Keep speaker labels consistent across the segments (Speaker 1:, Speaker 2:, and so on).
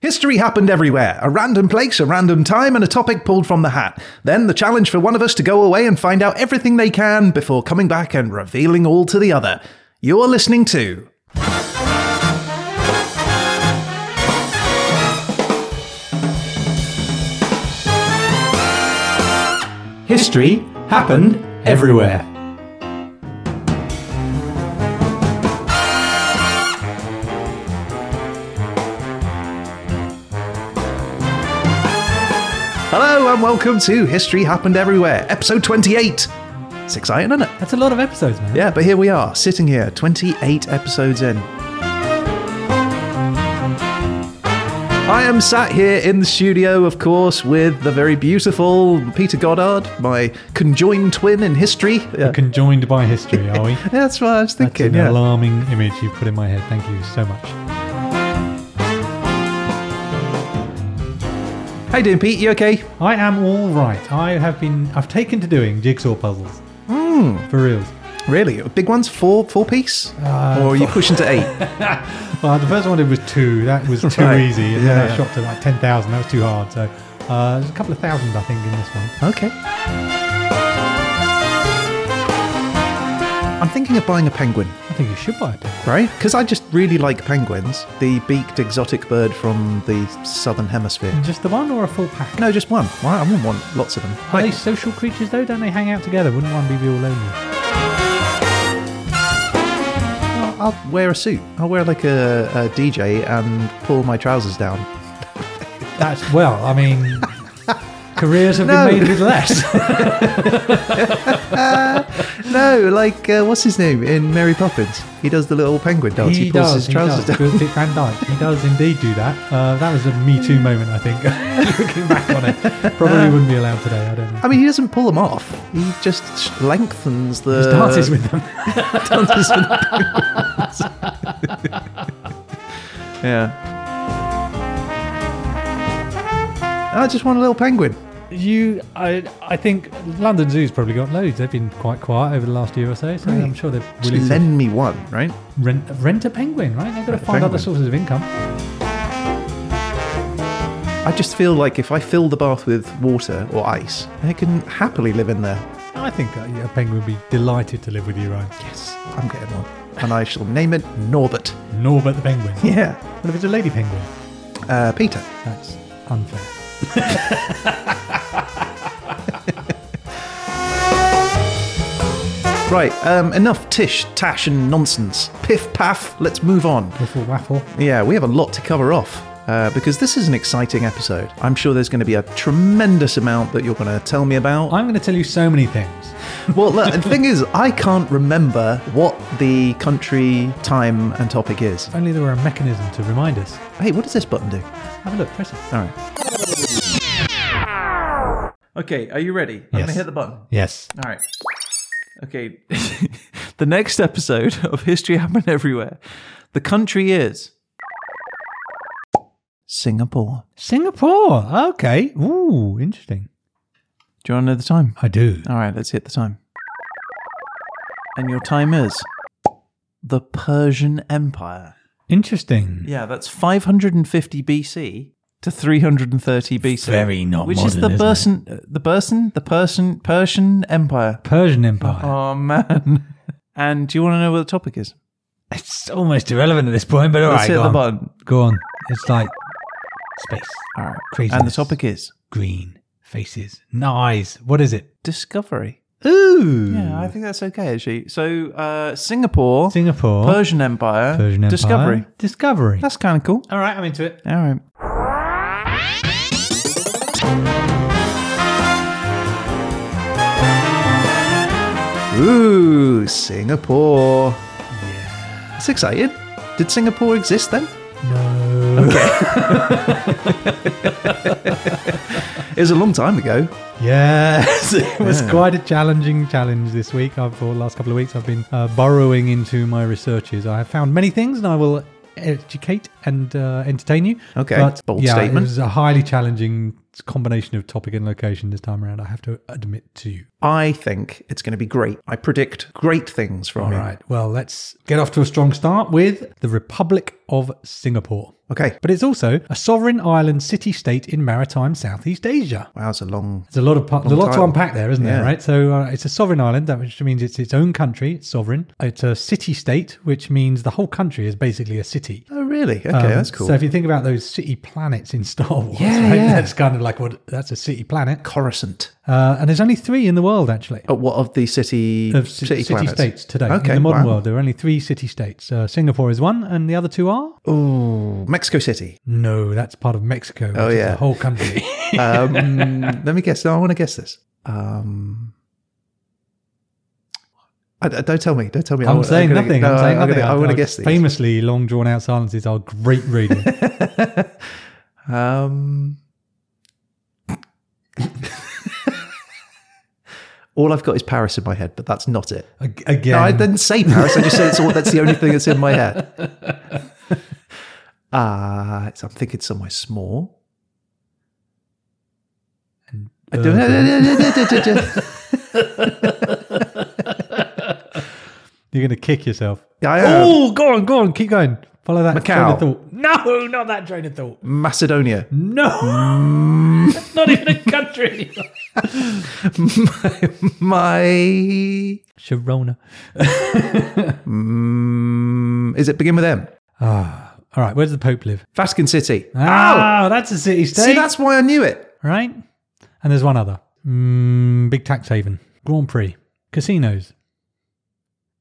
Speaker 1: History happened everywhere a random place, a random time, and a topic pulled from the hat. Then the challenge for one of us to go away and find out everything they can before coming back and revealing all to the other. You're listening to.
Speaker 2: History happened everywhere.
Speaker 1: Hello, and welcome to History Happened Everywhere, episode 28. It's exciting, isn't it?
Speaker 2: That's a lot of episodes, man.
Speaker 1: Yeah, but here we are, sitting here, 28 episodes in. I am sat here in the studio, of course, with the very beautiful Peter Goddard, my conjoined twin in history. Yeah,
Speaker 2: Conjoined by history, are we?
Speaker 1: that's what I was
Speaker 2: That's an
Speaker 1: thinking. yeah.
Speaker 2: alarming image you put in my head. Thank you so much.
Speaker 1: How you doing, Pete? You okay?
Speaker 2: I am all right. I have been. I've taken to doing jigsaw puzzles.
Speaker 1: Hmm.
Speaker 2: For reals.
Speaker 1: Really? Big ones? Four four piece? or are you pushing to eight?
Speaker 2: Well, the first one I did was two. That was too
Speaker 1: Right.
Speaker 2: easy. And then
Speaker 1: Yeah.
Speaker 2: I shot to like ten thousand. That was too hard. So uh, there's a couple of thousand, I think, in this one.
Speaker 1: okay. I'm thinking of buying a penguin.
Speaker 2: I think you should buy a pen.
Speaker 1: right? Because I just really like penguins, the beaked exotic bird from the southern hemisphere.
Speaker 2: Just the one or a full pack?
Speaker 1: No, just one. Why? I want one. Lots of them.
Speaker 2: Are
Speaker 1: Like-
Speaker 2: they social creatures though? Don't they hang out together? Wouldn't one be real lonely?
Speaker 1: I'll- I'll wear a suit. I'll wear like a, a DJ and pull my trousers down.
Speaker 2: That's well, I mean, careers have
Speaker 1: No.
Speaker 2: been made with less.
Speaker 1: No, like uh, what's his name in Mary Poppins? He does the little penguin dance. Oh, He, pulls his trousers down.
Speaker 2: does. Good Dick Van Dyke. He does indeed do that. Uh, that was a Me
Speaker 1: Hmm.
Speaker 2: Too moment, I think. Looking back on it,
Speaker 1: Uh,
Speaker 2: probably wouldn't be allowed today. I don't know.
Speaker 1: I mean, he doesn't pull them off. He just sh- lengthens the.
Speaker 2: Just dances with them.
Speaker 1: dances with the penguins. yeah. I just want a little penguin.
Speaker 2: You, I, I think London Zoo's probably got loads. They've been quite quiet over the last year or so, so
Speaker 1: Right.
Speaker 2: I'm sure they're
Speaker 1: Just
Speaker 2: willing to
Speaker 1: lend me one, right?
Speaker 2: rent, rent a penguin, right? They've got to
Speaker 1: a
Speaker 2: find other
Speaker 1: penguin.
Speaker 2: sources of income.
Speaker 1: I just feel like if I fill the bath with water or ice, I can happily live in there.
Speaker 2: I think uh, yeah, a penguin would be delighted to live with you, Ryan.
Speaker 1: Yes, I'm getting one. And I shall name it Norbert.
Speaker 2: Norbert the penguin.
Speaker 1: Yeah.
Speaker 2: What if it's a lady penguin?
Speaker 1: Uh, Peter.
Speaker 2: That's unfair.
Speaker 1: Right, um, enough tish, tash, and nonsense. Piff paff, let's move on.
Speaker 2: Waffle waffle.
Speaker 1: Yeah, we have a lot to cover off. Uh, because this is an exciting episode. I'm sure there's going to be a tremendous amount that you're going to tell me about.
Speaker 2: I'm going to tell you so many things.
Speaker 1: Well, look, the thing is, I can't remember what the country, time, and topic is.
Speaker 2: If only there were a mechanism to remind us.
Speaker 1: Hey, what does this button do?
Speaker 2: Have a look, press it.
Speaker 1: All right. Okay, are you ready? I'm
Speaker 2: Yes.
Speaker 1: hit the button.
Speaker 2: Yes.
Speaker 1: All right. Okay. the next episode of History Happened Everywhere. The country is Singapore.
Speaker 2: Singapore. Okay. Ooh, interesting.
Speaker 1: Do you want to know the time?
Speaker 2: I do.
Speaker 1: All right, let's hit the time. And your time is the Persian Empire.
Speaker 2: Interesting.
Speaker 1: Yeah, that's 550 BC to 330 BC.
Speaker 2: Very not
Speaker 1: Which is
Speaker 2: modern,
Speaker 1: the
Speaker 2: isn't
Speaker 1: Persian,
Speaker 2: it?
Speaker 1: uh, the Persian, the Persian, Persian Empire.
Speaker 2: Persian Empire.
Speaker 1: Oh man! And do you want to know what the topic is?
Speaker 2: It's almost irrelevant at this point, but all
Speaker 1: Let's
Speaker 2: right.
Speaker 1: hit
Speaker 2: Go
Speaker 1: the
Speaker 2: on.
Speaker 1: button.
Speaker 2: go on. It's like space.
Speaker 1: All right.
Speaker 2: Crazy.
Speaker 1: And the topic is
Speaker 2: green faces. Nice. What is it?
Speaker 1: discovery.
Speaker 2: Ooh.
Speaker 1: Yeah, I think that's okay actually. So uh, Singapore,
Speaker 2: Singapore.
Speaker 1: Persian Empire,
Speaker 2: Persian Empire.
Speaker 1: discovery.
Speaker 2: Discovery.
Speaker 1: That's kind of cool.
Speaker 2: all right. I'm into it.
Speaker 1: All right. Ooh, Singapore.
Speaker 2: Yeah.
Speaker 1: That's exciting. Did Singapore exist then?
Speaker 2: No.
Speaker 1: It was a long time ago.
Speaker 2: Yes, it was
Speaker 1: Yeah.
Speaker 2: quite a challenging challenge this week. I've, for the last couple of weeks, I've been uh, burrowing into my researches. I have found many things, and I will educate and uh, entertain you.
Speaker 1: Okay,
Speaker 2: but
Speaker 1: bold
Speaker 2: yeah,
Speaker 1: statement.
Speaker 2: it was a highly challenging combination of topic and location this time around, I have to admit to you.
Speaker 1: I think it's going to be great. I predict great things from
Speaker 2: All
Speaker 1: him.
Speaker 2: right, well, let's get off to a strong start with the Republic of Singapore.
Speaker 1: Okay.
Speaker 2: But it's also a sovereign island city state in maritime Southeast Asia.
Speaker 1: Wow, it's a long.
Speaker 2: There's a lot of part, there's a lot to
Speaker 1: title.
Speaker 2: unpack there, isn't
Speaker 1: Yeah.
Speaker 2: there? Right. So uh, it's a sovereign island, that which means it's its own country. It's sovereign. It's a city state, which means the whole country is basically a city.
Speaker 1: Oh, really? Okay,
Speaker 2: Um,
Speaker 1: that's cool.
Speaker 2: So if you think about those city planets in Star Wars,
Speaker 1: Yeah,
Speaker 2: right,
Speaker 1: yeah.
Speaker 2: that's kind of like what that's a city planet.
Speaker 1: Coruscant.
Speaker 2: Uh, and there's only three in the world actually.
Speaker 1: Oh, what of the Oh, city
Speaker 2: Of ci- city,
Speaker 1: planets?
Speaker 2: states today
Speaker 1: Okay,
Speaker 2: in the modern
Speaker 1: wow.
Speaker 2: world, there are only three city states. Uh, Singapore is one, and the other two are
Speaker 1: Ooh, Mexico City.
Speaker 2: no. That's part of Mexico.
Speaker 1: Oh,
Speaker 2: which is
Speaker 1: yeah.
Speaker 2: the whole country.
Speaker 1: Um, let me guess. No, I want to guess this. Um, I, I- don't tell me. Don't tell me.
Speaker 2: I'm
Speaker 1: I-
Speaker 2: saying
Speaker 1: gonna-
Speaker 2: nothing.
Speaker 1: no,
Speaker 2: I'm saying
Speaker 1: I'm
Speaker 2: nothing.
Speaker 1: gonna- I
Speaker 2: I'm-
Speaker 1: want to
Speaker 2: I'm-
Speaker 1: guess these.
Speaker 2: Famously, long drawn out silences are great reading.
Speaker 1: um, all I've got is Paris in my head, but that's not it.
Speaker 2: Ag- Again,
Speaker 1: No, I didn't say Paris. I just said it's all. That's the only thing that's in my head. Ah, it's I'm thinking somewhere small. I don't
Speaker 2: Uh, you're going to kick yourself.
Speaker 1: I am.
Speaker 2: Oh, go on, go on, keep going. Follow that train
Speaker 1: Macau.
Speaker 2: of thought. No, not that train of thought.
Speaker 1: Macedonia.
Speaker 2: No, it's not even a country anymore.
Speaker 1: My.
Speaker 2: Sharona.
Speaker 1: Mm, is it begin with M?
Speaker 2: Ah, all right. Where does the Pope live?
Speaker 1: Vatican City. Oh,
Speaker 2: Ah, that's a city state,
Speaker 1: See, that's why I knew it.
Speaker 2: right? And there's one other. Mm, big tax haven. Grand Prix. Casinos.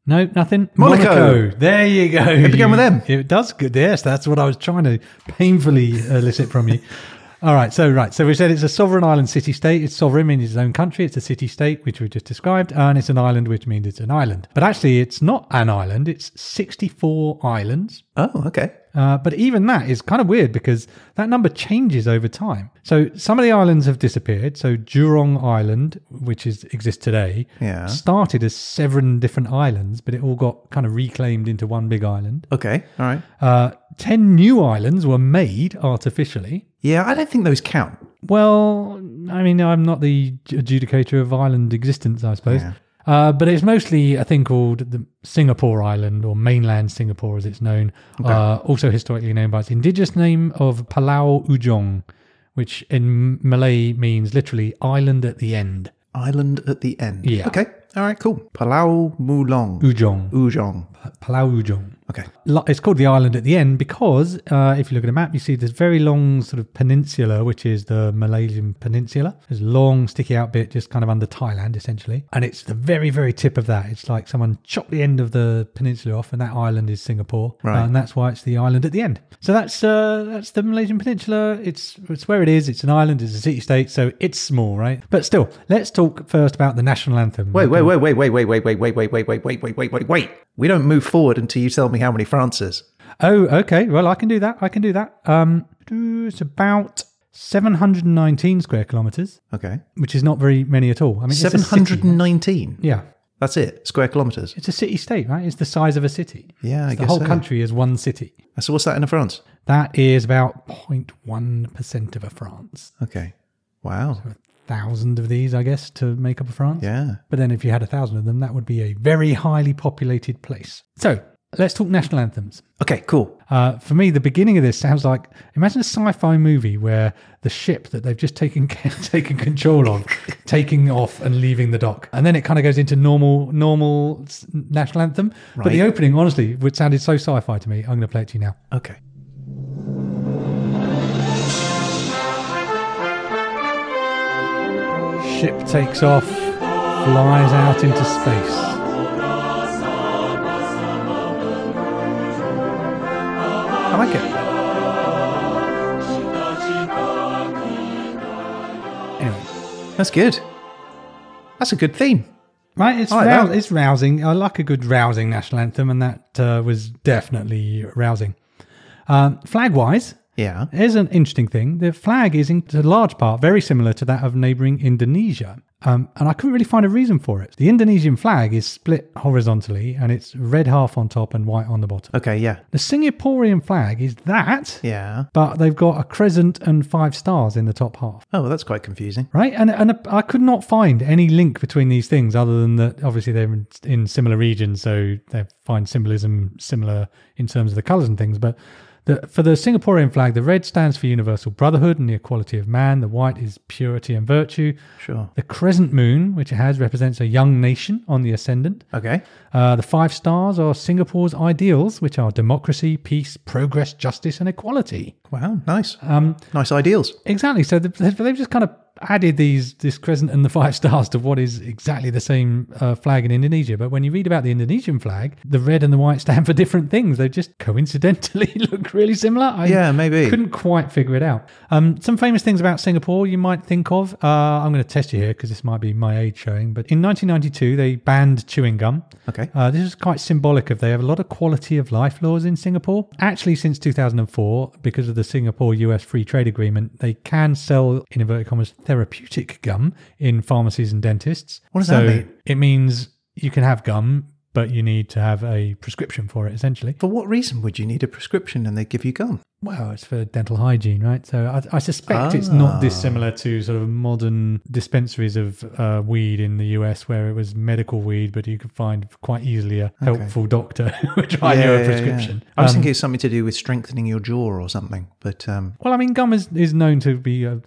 Speaker 2: No, nothing.
Speaker 1: Monaco.
Speaker 2: There you go. It
Speaker 1: began with M.
Speaker 2: It does. Good. Yes, that's what I was trying to painfully elicit from you. All right. So right. So we said it's a sovereign island city-state. It's sovereign means its own country. It's a city-state, which we just described, and it's an island, which means it's an island. But actually, it's not an island. It's 64 islands.
Speaker 1: Oh, okay.
Speaker 2: Uh, but even that is kind of weird because that number changes over time. So some of the islands have disappeared. So Jurong Island, which is exists today,
Speaker 1: Yeah.
Speaker 2: started as seven different islands, but it all got kind of reclaimed into one big island.
Speaker 1: Okay. All right.
Speaker 2: Uh, Ten new islands were made artificially.
Speaker 1: Yeah, I don't think those count.
Speaker 2: Well, I mean, I'm not the adjudicator of island existence, I suppose.
Speaker 1: Yeah.
Speaker 2: Uh, but it's mostly a thing called the Singapore Island or mainland Singapore, as it's known. Uh, also historically known by its indigenous name of Palau Ujong, which in Malay means literally island at the end.
Speaker 1: Island at the end.
Speaker 2: Yeah.
Speaker 1: Okay. All right. Cool. Palau Mulong.
Speaker 2: Ujong.
Speaker 1: Ujong.
Speaker 2: Palau Ujong.
Speaker 1: Okay.
Speaker 2: Lo- It's called the island at the end because uh, if you look at a map, you see this very long sort of peninsula, which is the Malaysian Peninsula. There's a long, sticky out bit just kind of under Thailand, essentially. And it's the very, very tip of that. It's like someone chopped the end of the peninsula off, and that island is Singapore.
Speaker 1: Right.
Speaker 2: and that's why it's the island at the end. So that's uh, that's the Malaysian Peninsula. It's, it's where it is. It's an island, it's a city state, so it's small, right? But still, let's talk first about the national anthem.
Speaker 1: Wait, wait, wait, wait, wait, wait, wait, wait, wait, wait, wait, wait, wait, wait, wait, wait, wait. We don't move forward until you tell me how many Frances.
Speaker 2: Oh, okay. Well, I can do that. I can do that. Um, it's about 719 square kilometers,
Speaker 1: Okay.
Speaker 2: which is not very many at all. I mean,
Speaker 1: Seven hundred
Speaker 2: It's a city.
Speaker 1: and nineteen.
Speaker 2: yeah,
Speaker 1: That's it. Square kilometers.
Speaker 2: it's a city-state, right? It's the size of a city.
Speaker 1: Yeah, I
Speaker 2: It's the
Speaker 1: guess
Speaker 2: whole
Speaker 1: so.
Speaker 2: country is one city.
Speaker 1: So what's that in France?
Speaker 2: That is about 0.1 percent of a France.
Speaker 1: Okay. Wow.
Speaker 2: A thousand of these, I guess, to make up a France.
Speaker 1: Yeah.
Speaker 2: But then, if you had a thousand of them, that would be a very highly populated place. So let's talk national anthems.
Speaker 1: Okay. Cool.
Speaker 2: Uh, for me, the beginning of this sounds like imagine a sci-fi movie where the ship that they've just taken taken control of, taking off and leaving the dock, and then it kind of goes into normal normal s- national anthem. But the
Speaker 1: Right.
Speaker 2: opening, honestly, would sounded so sci-fi to me. I'm going to play it to you now.
Speaker 1: Okay.
Speaker 2: Ship takes off, flies out into space.
Speaker 1: I like it.
Speaker 2: Anyway,
Speaker 1: That's good. That's a good theme.
Speaker 2: right? It's
Speaker 1: like
Speaker 2: rou-
Speaker 1: that.
Speaker 2: it's rousing. I like a good rousing national anthem, and that uh, was definitely rousing. Um, flag-wise,
Speaker 1: Yeah.
Speaker 2: Here's an interesting thing. The flag is in to a large part very similar to that of neighbouring Indonesia. Um, and I couldn't really find a reason for it. The Indonesian flag is split horizontally and it's red half on top and white on the bottom.
Speaker 1: Okay, yeah.
Speaker 2: The Singaporean flag is that,
Speaker 1: Yeah.
Speaker 2: but they've got a crescent and five stars in the top half.
Speaker 1: Oh, well, that's quite confusing.
Speaker 2: Right, and and I could not find any link between these things other than that obviously they're in, in similar regions, so they find symbolism similar in terms of the colours and things. But the, for the Singaporean flag, the red stands for universal brotherhood and the equality of man. The white is purity and virtue.
Speaker 1: Sure.
Speaker 2: The crescent moon, which it has, represents a young nation on the ascendant.
Speaker 1: Okay.
Speaker 2: Uh, the five stars are Singapore's ideals, which are democracy, peace, progress, justice, and equality.
Speaker 1: Wow, nice. Um, nice ideals.
Speaker 2: Exactly. So the, they've just kind of added these this crescent and the five stars to what is exactly the same uh, flag in Indonesia. But when you read about the Indonesian flag, the red and the white stand for different things. They just coincidentally look really similar. I
Speaker 1: Yeah, maybe.
Speaker 2: couldn't quite figure it out. Um, some famous things about Singapore you might think of. Uh, I'm going to test you here because this might be my age showing. But in 1992, they banned chewing gum.
Speaker 1: Okay.
Speaker 2: Uh, this is quite symbolic of they have a lot of quality of life laws in Singapore. Actually, since 2004, because of the Singapore US Free Trade Agreement, they can sell, in inverted commas, therapeutic gum in pharmacies and dentists.
Speaker 1: What does
Speaker 2: so
Speaker 1: that mean?
Speaker 2: It means you can have gum, but you need to have a prescription for it, essentially.
Speaker 1: For what reason would you need a prescription and they give you gum?
Speaker 2: Well, it's for dental hygiene, right? So I, I suspect it's
Speaker 1: Ah.
Speaker 2: not dissimilar to sort of modern dispensaries of uh, weed in the US, where it was medical weed, but you could find quite easily a helpful doctor who would write you a prescription. Um,
Speaker 1: I was thinking it's something to do with strengthening your jaw or something, but um,
Speaker 2: Well, I mean, gum is, is known to be uh,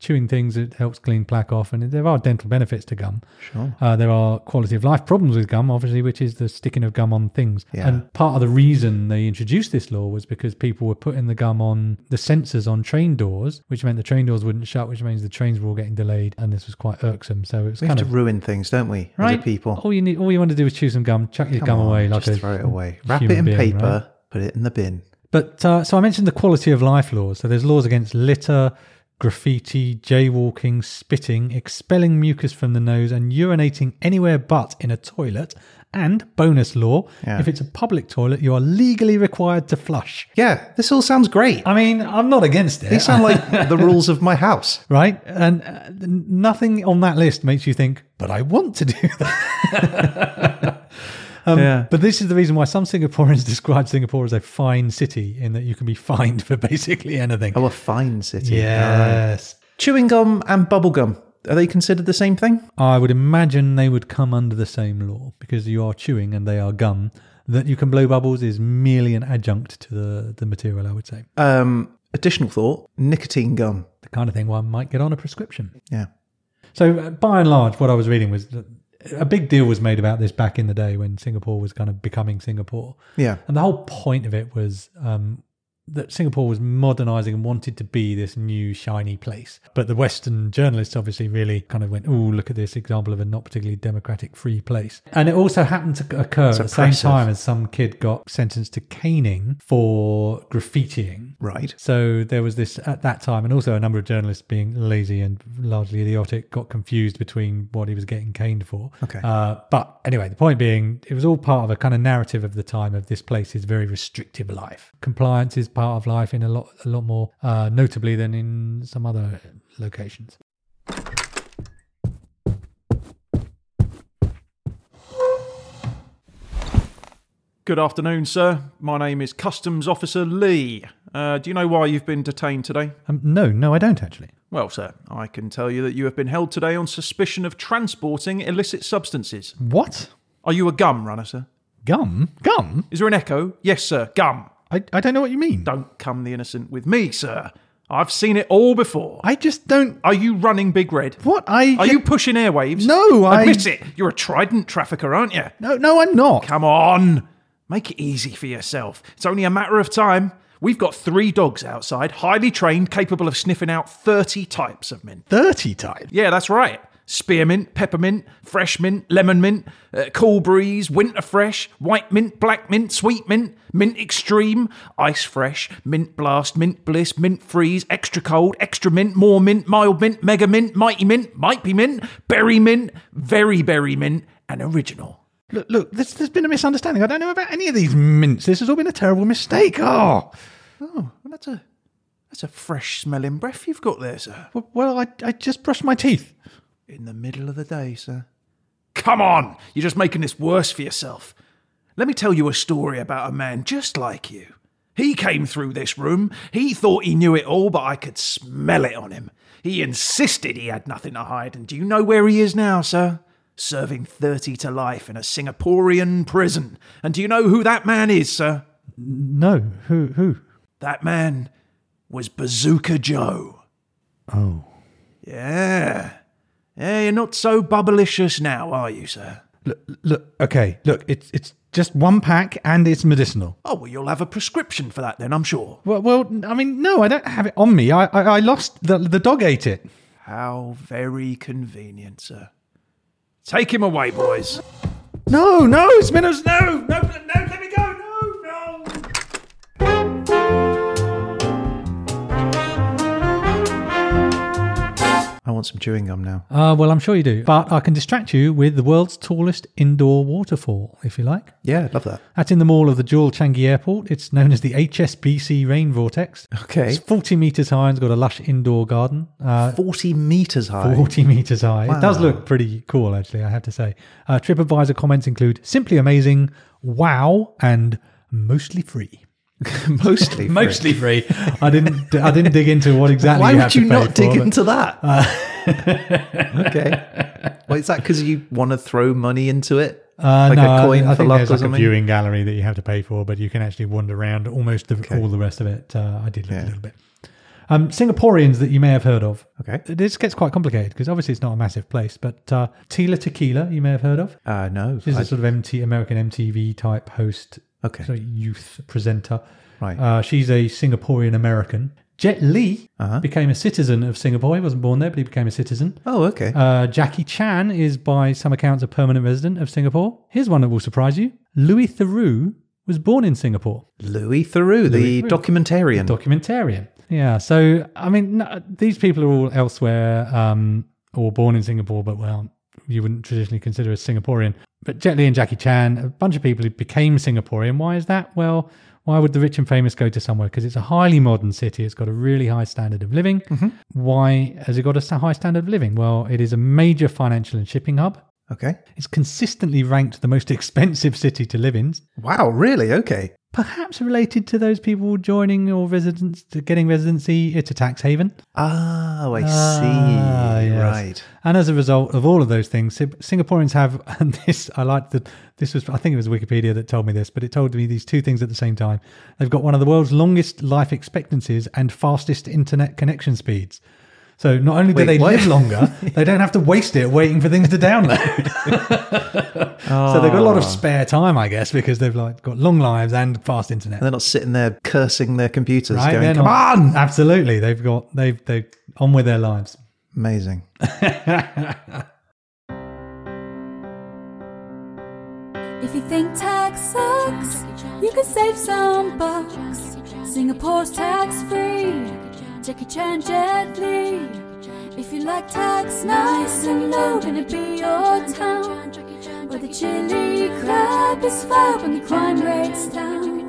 Speaker 2: chewing things. It helps clean plaque off, and there are dental benefits to gum.
Speaker 1: Sure.
Speaker 2: Uh, there are quality of life problems with gum, obviously, which is the sticking of gum on things.
Speaker 1: Yeah.
Speaker 2: And part of the reason they introduced this law was because people were putting the gum on the sensors on train doors, which meant the train doors wouldn't shut, which means the trains were all getting delayed, and this was quite irksome. So it was
Speaker 1: we have
Speaker 2: kind
Speaker 1: to
Speaker 2: of
Speaker 1: ruin things, don't we? As
Speaker 2: right.
Speaker 1: a people.
Speaker 2: All you need, all you want to do is chew some gum, chuck your gum
Speaker 1: Come on,
Speaker 2: away, like
Speaker 1: just
Speaker 2: a
Speaker 1: throw it away. Wrap it
Speaker 2: human
Speaker 1: in
Speaker 2: being,
Speaker 1: paper,
Speaker 2: right?
Speaker 1: put it in the bin.
Speaker 2: But uh, so I mentioned the quality of life laws. So there's laws against litter, graffiti, jaywalking, spitting, expelling mucus from the nose, and urinating anywhere but in a toilet. And bonus law
Speaker 1: Yeah.
Speaker 2: if it's a public toilet, you are legally required to flush.
Speaker 1: Yeah, this all sounds great.
Speaker 2: I mean, I'm not against it.
Speaker 1: They sound like the rules of my house.
Speaker 2: Right? And uh, nothing on that list makes you think, but I want to do that. Um,
Speaker 1: Yeah.
Speaker 2: But this is the reason why some Singaporeans describe Singapore as a fine city, in that you can be fined for basically anything.
Speaker 1: Oh, a fine city. Uh,
Speaker 2: Yes.
Speaker 1: Chewing gum and bubble gum, are they considered the same thing?
Speaker 2: I would imagine they would come under the same law because you are chewing and they are gum. That you can blow bubbles is merely an adjunct to the, the material, I would say. Uh,
Speaker 1: Um, additional thought nicotine gum.
Speaker 2: The kind of thing one might get on a prescription.
Speaker 1: Yeah.
Speaker 2: So, uh, by and large, what I was reading was that a big deal was made about this back in the day when Singapore was kind of becoming Singapore.
Speaker 1: Yeah.
Speaker 2: And the whole point of it was um, that Singapore was modernizing and wanted to be this new shiny place. But the Western journalists obviously really kind of went, oh, look at this example of a not particularly democratic free place. And it also happened to occur at the same
Speaker 1: oppressive.
Speaker 2: time as some kid got sentenced to caning for graffitiing.
Speaker 1: Right.
Speaker 2: So there was this at that time, and also a number of journalists being lazy and largely idiotic got confused between what he was getting caned for.
Speaker 1: Okay.
Speaker 2: Uh, but anyway, the point being, it was all part of a kind of narrative of the time of this place is very restrictive life. Compliance is part of life in a lot, a lot more uh, notably than in some other locations.
Speaker 3: Good afternoon, sir. My name is Customs Officer Lee. Uh, do you know why you've been detained today?
Speaker 2: Um, no, no, I don't actually.
Speaker 3: Well, sir, I can tell you that you have been held today on suspicion of transporting illicit substances.
Speaker 2: What
Speaker 3: Are you a gum runner, sir?
Speaker 2: gum? Gum?
Speaker 3: Is there an echo? Yes, sir, gum.
Speaker 2: I, I don't know what you mean.
Speaker 3: Don't come the innocent with me, sir. I've seen it all before.
Speaker 2: I just don't.
Speaker 3: Are you running Big Red?
Speaker 2: What I?
Speaker 3: Are you pushing airwaves?
Speaker 2: No, I-
Speaker 3: Admit it. You're a trident trafficker, aren't you?
Speaker 2: No, no, I'm not.
Speaker 3: Come on. Make it easy for yourself. It's only a matter of time. We've got three dogs outside, highly trained, capable of sniffing out 30 types of mint.
Speaker 2: Thirty times.
Speaker 3: Yeah, that's right. Spearmint, peppermint, fresh mint, lemon mint, uh, cool breeze, winter fresh, white mint, black mint, sweet mint, mint extreme, ice fresh, mint blast, mint bliss, mint freeze, extra cold, extra mint, more mint, mild mint, mega mint, mighty mint, might be mint, berry mint, very berry mint, and original.
Speaker 2: Look, look this, there's been a misunderstanding. I don't know about any of these mints. This has all been a terrible mistake. Oh,
Speaker 3: Well, that's a that's a fresh smelling breath you've got there, sir.
Speaker 2: well, I, I just brushed my teeth.
Speaker 1: In the middle of the day, sir.
Speaker 3: Come on, you're just making this worse for yourself. Let me tell you a story about a man just like you. He came through this room. He thought he knew it all, but I could smell it on him. He insisted he had nothing to hide, and do you know where he is now, sir? Serving 30 to life in a Singaporean prison. And do you know who that man is, sir?
Speaker 2: No, who? Who?
Speaker 3: That man was Bazooka Joe.
Speaker 2: Oh,
Speaker 3: Yeah. Yeah, you're not so bubblicious now, are you, sir?
Speaker 2: look, look okay, look, it's it's just one pack and it's medicinal.
Speaker 3: Oh, well, you'll have a prescription for that then, I'm sure.
Speaker 2: Well, well, I mean, no, I don't have it on me. I, I, I lost the the dog ate it.
Speaker 3: How very convenient, sir. Take him away, boys.
Speaker 2: No, no, it's Minnows. No,
Speaker 3: No, no, let me go. No, no.
Speaker 1: I want some chewing gum now.
Speaker 2: Uh, well, I'm sure you do, but I can distract you with the world's tallest indoor waterfall, if you like.
Speaker 1: Yeah, I'd love that.
Speaker 2: That's in the mall of the Jewel Changi Airport. It's known as the HSBC Rain Vortex.
Speaker 1: Okay.
Speaker 2: It's 40 metres high and it's got a lush indoor garden. Uh,
Speaker 1: 40 meters high.
Speaker 2: 40 metres high. It does look pretty cool, actually, I have to say. Uh, TripAdvisor comments include simply amazing, wow, and mostly free.
Speaker 1: Mostly. for it.
Speaker 2: free. I didn't. I didn't dig into what exactly.
Speaker 1: Why
Speaker 2: you
Speaker 1: would
Speaker 2: have
Speaker 1: you
Speaker 2: to pay
Speaker 1: not dig
Speaker 2: for, but-
Speaker 1: into that? okay. Well, is that because you want to throw money into it?
Speaker 2: Uh,
Speaker 1: like
Speaker 2: no, I
Speaker 1: a coin
Speaker 2: think- I
Speaker 1: for
Speaker 2: think
Speaker 1: luck
Speaker 2: there's
Speaker 1: or
Speaker 2: like a
Speaker 1: something?
Speaker 2: viewing gallery that you have to pay for, but you can actually wander around almost the, all the rest of it. Uh, I did look a little bit. Um, Singaporeans that you may have heard of.
Speaker 1: Okay.
Speaker 2: This gets quite complicated because obviously it's not a massive place, but uh, Tila Tequila you may have heard of.
Speaker 1: Uh, no.
Speaker 2: She's
Speaker 1: I-
Speaker 2: a sort of MT American MTV type host,
Speaker 1: Okay.
Speaker 2: sort of youth presenter.
Speaker 1: Right.
Speaker 2: Uh, she's a Singaporean American. Jet Li
Speaker 1: Uh-huh.
Speaker 2: became a citizen of Singapore. He wasn't born there, but he became a citizen.
Speaker 1: oh, okay.
Speaker 2: Uh, Jackie Chan is, by some accounts, a permanent resident of Singapore. Here's one that will surprise you Louis Theroux was born in Singapore.
Speaker 1: Louis Theroux, the documentarian.
Speaker 2: Documentarian. Yeah, so, I mean, no, these people are all elsewhere um, or born in Singapore, but, well, you wouldn't traditionally consider as Singaporean. But Jet Li and Jackie Chan, a bunch of people who became Singaporean. Why is that? Well, why would the rich and famous go to somewhere? Because it's a highly modern city. It's got a really high standard of living. Why has it got a s- high standard of living? Well, it is a major financial and shipping hub.
Speaker 1: okay.
Speaker 2: It's consistently ranked the most expensive city to live in,
Speaker 1: Wow, really? Okay.
Speaker 2: perhaps related to those people joining or residents to getting residency. It's a tax haven.
Speaker 1: Oh, I
Speaker 2: Ah,
Speaker 1: see.
Speaker 2: yes.
Speaker 1: Right.
Speaker 2: And as a result of all of those things, Sing- Singaporeans have and this. I like that. This was I think it was Wikipedia that told me this, but it told me these two things at the same time. They've got one of the world's longest life expectancies and fastest internet connection speeds. So not only do
Speaker 1: Wait,
Speaker 2: they
Speaker 1: what?
Speaker 2: live longer, they don't have to waste it waiting for things to download. So they've got a lot
Speaker 1: Ah.
Speaker 2: of spare time, I guess, because they've like got long lives and fast internet.
Speaker 1: They're not sitting there cursing their computers,
Speaker 2: Right? They're
Speaker 1: going, come
Speaker 2: not-
Speaker 1: on.
Speaker 2: Absolutely, they've got they've they on with their lives.
Speaker 1: Amazing.
Speaker 4: If you think tax sucks, you can save some bucks. Singapore's tax free. Jackie Chan Jet Li. If you like tax nice and low, then it be your town. Where the chili crab is fab and the crime rate's down.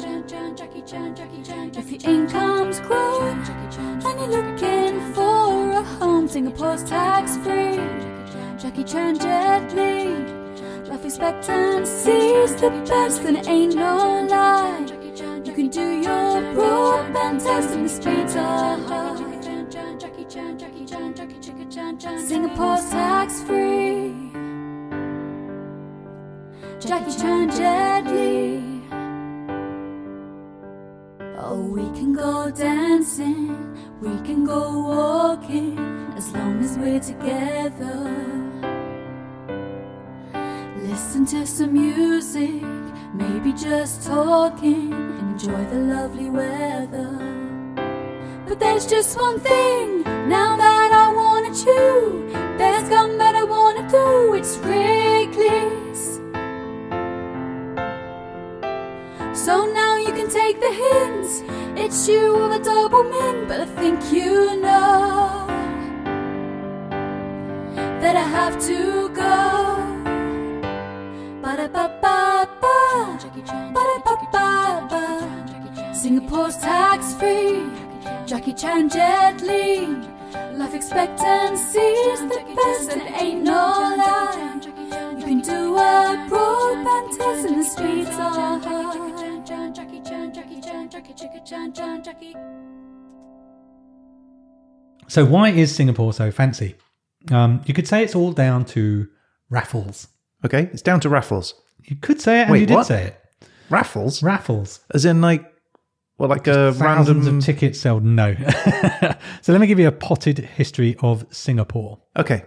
Speaker 4: If your income's growing and you're looking for a home, Singapore's tax free. Jackie Chan Jet Li. Life expectancy's the best and it ain't no lie. You can do your broadband test and the speeds are high. Singapore's tax free. Jackie Chan Jet Li. Oh, we can go dancing, we can go walking, as long as we're together. Listen to some music, maybe just talking, enjoy the lovely weather. But there's just one thing now that I wanna chew. There's something that I wanna do. It's Wrigley's. So now you can take the hints. It's you or the double min, but I think you know that I have to go. Ba-da-ba-ba-ba. Ba-da-ba-ba-ba. Singapore's tax free. Jackie Chan Jet Li. Life expectancy's the best and ain't no lie. You can do a broadband test and the speeds are high.
Speaker 2: So, why is Singapore so fancy? Um, you could say it's all down to raffles.
Speaker 1: Okay, it's down to raffles.
Speaker 2: You could say it, and
Speaker 1: Wait,
Speaker 2: you did
Speaker 1: what?
Speaker 2: say it.
Speaker 1: Raffles,
Speaker 2: Raffles.
Speaker 1: as in like, well, like a
Speaker 2: Thousands
Speaker 1: random.
Speaker 2: of tickets sold. No. so, let me give you a potted history of Singapore.
Speaker 1: okay,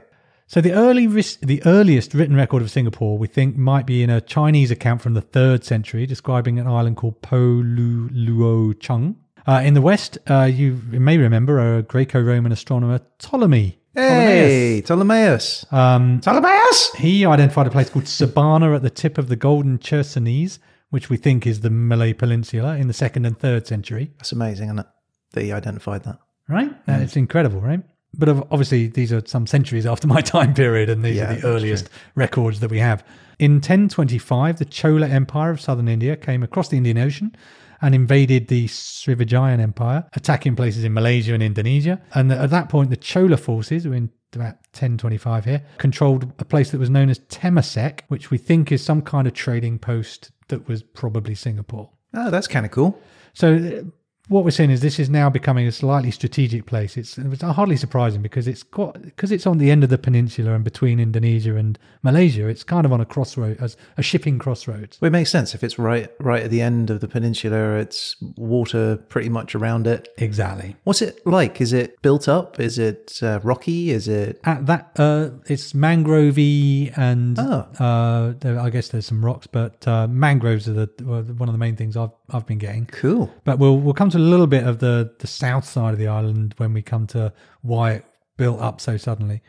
Speaker 2: So the early ris- the earliest written record of Singapore we think might be in a Chinese account from the third century, describing an island called Poluluo Chung. Uh, in the West, uh, you may remember a Greco-Roman astronomer Ptolemy.
Speaker 1: hey, Ptolemaeus. Um, Ptolemaeus.
Speaker 2: He identified a place called Sabana at the tip of the Golden Chersonese, which we think is the Malay Peninsula in the second and third century.
Speaker 1: That's amazing, isn't it? That he identified that.
Speaker 2: Right? Now, It's incredible, right? But ob- obviously, these are some centuries after my time period, and these
Speaker 1: Yeah,
Speaker 2: are
Speaker 1: that's
Speaker 2: the earliest records that we have. In 1025, the Chola Empire of southern India came across the Indian Ocean and invaded the Srivijayan Empire, attacking places in Malaysia and Indonesia. And at that point, the Chola forces, who in about 1025 here, controlled a place that was known as Temasek, which we think is some kind of trading post that was probably Singapore.
Speaker 1: Oh, that's kind of cool.
Speaker 2: So uh, what we're seeing is this is now becoming a slightly strategic place. It's, it's hardly surprising because it's got because it's on the end of the peninsula and between Indonesia and Malaysia. It's kind of on a crossroad as a shipping crossroads.
Speaker 1: Well, it makes sense if it's right, right at the end of the peninsula. It's water pretty much around it.
Speaker 2: Exactly.
Speaker 1: What's it like? Is it built up? Is it uh, rocky? Is it?
Speaker 2: At that, uh, it's mangrovey and
Speaker 1: Oh.
Speaker 2: uh, there, I guess there's some rocks, but uh, mangroves are the well, one of the main things I've I've been getting.
Speaker 1: Cool.
Speaker 2: But we'll we'll come to a little bit of the the south side of the island when we come to why it built up so suddenly.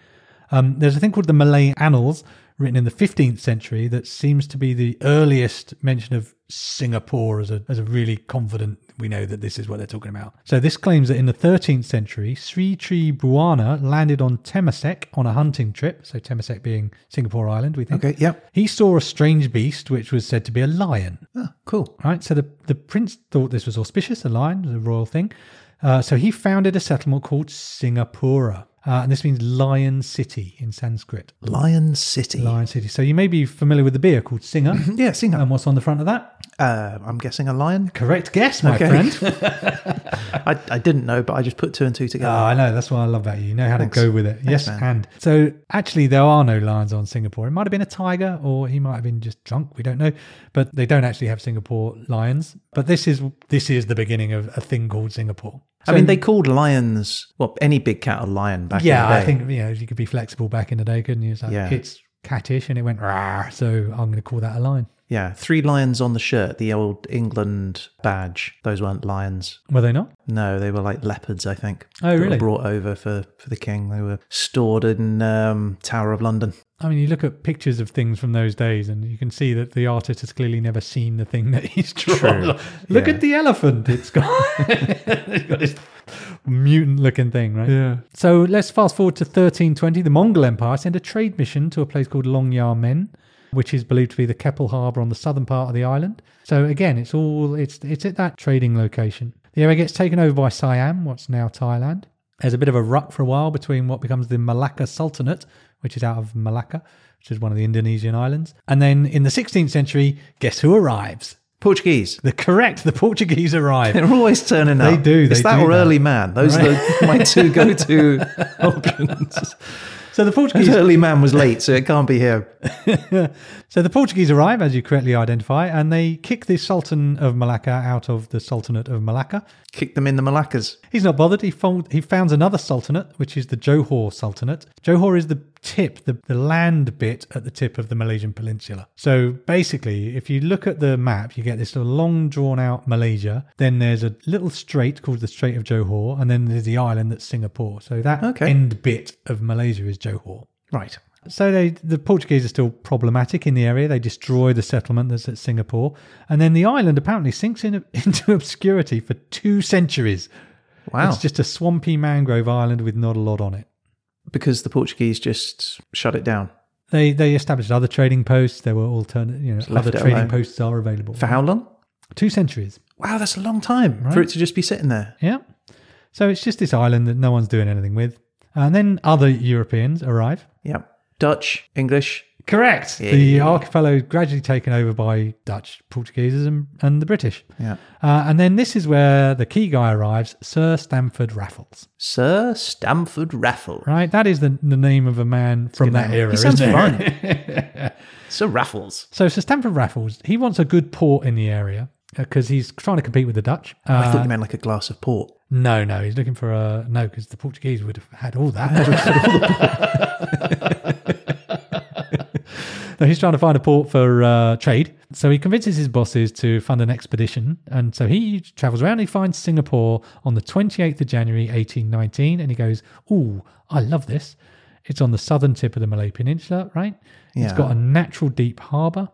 Speaker 2: Um, there's a thing called the Malay Annals, written in the 15th century, that seems to be the earliest mention of Singapore as a as a really confident. We know that this is what they're talking about. So this claims that in the 13th century, Sri Tribhuwana landed on Temasek on a hunting trip. So Temasek being Singapore Island, we think.
Speaker 1: Okay. Yep.
Speaker 2: He saw a strange beast which was said to be a lion.
Speaker 1: Oh, cool.
Speaker 2: Right, so the, the prince thought this was auspicious, a lion, the royal thing. Uh, so he founded a settlement called Singapura, uh, and this means lion city in Sanskrit.
Speaker 1: Lion City.
Speaker 2: Lion city. So you may be familiar with the beer called Singer,
Speaker 1: Yeah, sing
Speaker 2: and what's on the front of that?
Speaker 1: Uh, I'm guessing a lion.
Speaker 2: Correct guess, my
Speaker 1: Okay.
Speaker 2: friend.
Speaker 1: I, I didn't know, but I just put two and two together.
Speaker 2: Ah, I know. That's what I love about you. You know how
Speaker 1: Thanks.
Speaker 2: to go with it. yes,
Speaker 1: man.
Speaker 2: and so actually there are no lions on Singapore. It might have been a tiger, or he might have been just drunk. We don't know, but they don't actually have Singapore lions. But this is this is the beginning of a thing called Singapore.
Speaker 1: I mean, they called lions, well, any big cat a lion back
Speaker 2: yeah,
Speaker 1: in the day.
Speaker 2: I think you know you could be flexible back in the day, couldn't you? It's like
Speaker 1: Yeah.
Speaker 2: it's cattish, and it went rah. So I'm going to call that a line.
Speaker 1: Yeah, three lions on the shirt, the old England badge. Those weren't lions.
Speaker 2: Were they not?
Speaker 1: No, they were like leopards, I think.
Speaker 2: Oh,
Speaker 1: that were
Speaker 2: really?
Speaker 1: brought over for, for the king. They were stored in um, Tower of London.
Speaker 2: I mean, you look at pictures of things from those days, and you can see that the artist has clearly never seen the thing that he's drawn.
Speaker 1: True.
Speaker 2: Look
Speaker 1: Yeah.
Speaker 2: at the elephant; it's got, it's got this mutant-looking thing, right? Yeah. So let's fast forward to 1320. The Mongol Empire sent a trade mission to a place called Longya Men, which is believed to be the Keppel Harbour on the southern part of the island. So again, it's all it's it's at that trading location. The area gets taken over by Siam, what's now Thailand. There's a bit of a rut for a while between what becomes the Malacca Sultanate, which is out of Malacca, which is one of the Indonesian islands. And then in the 16th century, guess who arrives?
Speaker 1: Portuguese.
Speaker 2: The correct, the Portuguese arrive.
Speaker 1: They're always turning up.
Speaker 2: do,
Speaker 1: It's
Speaker 2: they
Speaker 1: that
Speaker 2: do
Speaker 1: or
Speaker 2: that.
Speaker 1: early man. Those are the, my two go to options.
Speaker 2: So the Portuguese
Speaker 1: early man was late, so it can't be here.
Speaker 2: So the Portuguese arrive, as you correctly identify, and they kick the Sultan of Malacca out of the Sultanate of Malacca.
Speaker 1: Kick them in the Malaccas.
Speaker 2: He's not bothered. He, found, he founds another sultanate, which is the Johor Sultanate. Johor is the tip, the, the land bit at the tip of the Malaysian Peninsula. So basically, if you look at the map, you get this sort of long, drawn out Malaysia. Then there's a little strait called the Strait of Johor, and then there's the island that's Singapore. So that
Speaker 1: Okay.
Speaker 2: end bit of Malaysia is Johor.
Speaker 1: Right.
Speaker 2: So they, the Portuguese are still problematic in the area. They destroy the settlement that's at Singapore, and then the island apparently sinks in, into obscurity for two centuries.
Speaker 1: Wow.
Speaker 2: It's just a swampy mangrove island with not a lot on it.
Speaker 1: because the Portuguese just shut it down.
Speaker 2: They they established other trading posts. There were alternate, you know,
Speaker 1: left
Speaker 2: other
Speaker 1: it
Speaker 2: trading
Speaker 1: alone.
Speaker 2: posts are available.
Speaker 1: For how long?
Speaker 2: two centuries.
Speaker 1: Wow, that's a long time for it to just be sitting there.
Speaker 2: Yeah. So it's just this island that no one's doing anything with. And then other Europeans arrive.
Speaker 1: Yeah. Dutch, English.
Speaker 2: Correct. The archipelago gradually taken over by Dutch, Portuguese, and, and the British.
Speaker 1: Yeah.
Speaker 2: Uh, and then this is where the key guy arrives, Sir Stamford Raffles.
Speaker 1: Sir Stamford Raffles.
Speaker 2: Right, that is the, the name of a man from that era.
Speaker 1: He sounds
Speaker 2: isn't it?
Speaker 1: fun. Sir Raffles.
Speaker 2: So Sir Stamford Raffles, he wants a good port in the area because he's trying to compete with the Dutch. Uh,
Speaker 1: I thought you meant like a glass of port.
Speaker 2: no, no, he's looking for a no because the Portuguese would have had all that. no, he's trying to find a port for uh, trade. So he convinces his bosses to fund an expedition, and so he travels around. He finds Singapore on the 28th of January 1819, and he goes, "Ooh, I love this." It's on the southern tip of the Malay Peninsula, right? It's
Speaker 1: Yeah.
Speaker 2: got a natural deep harbour.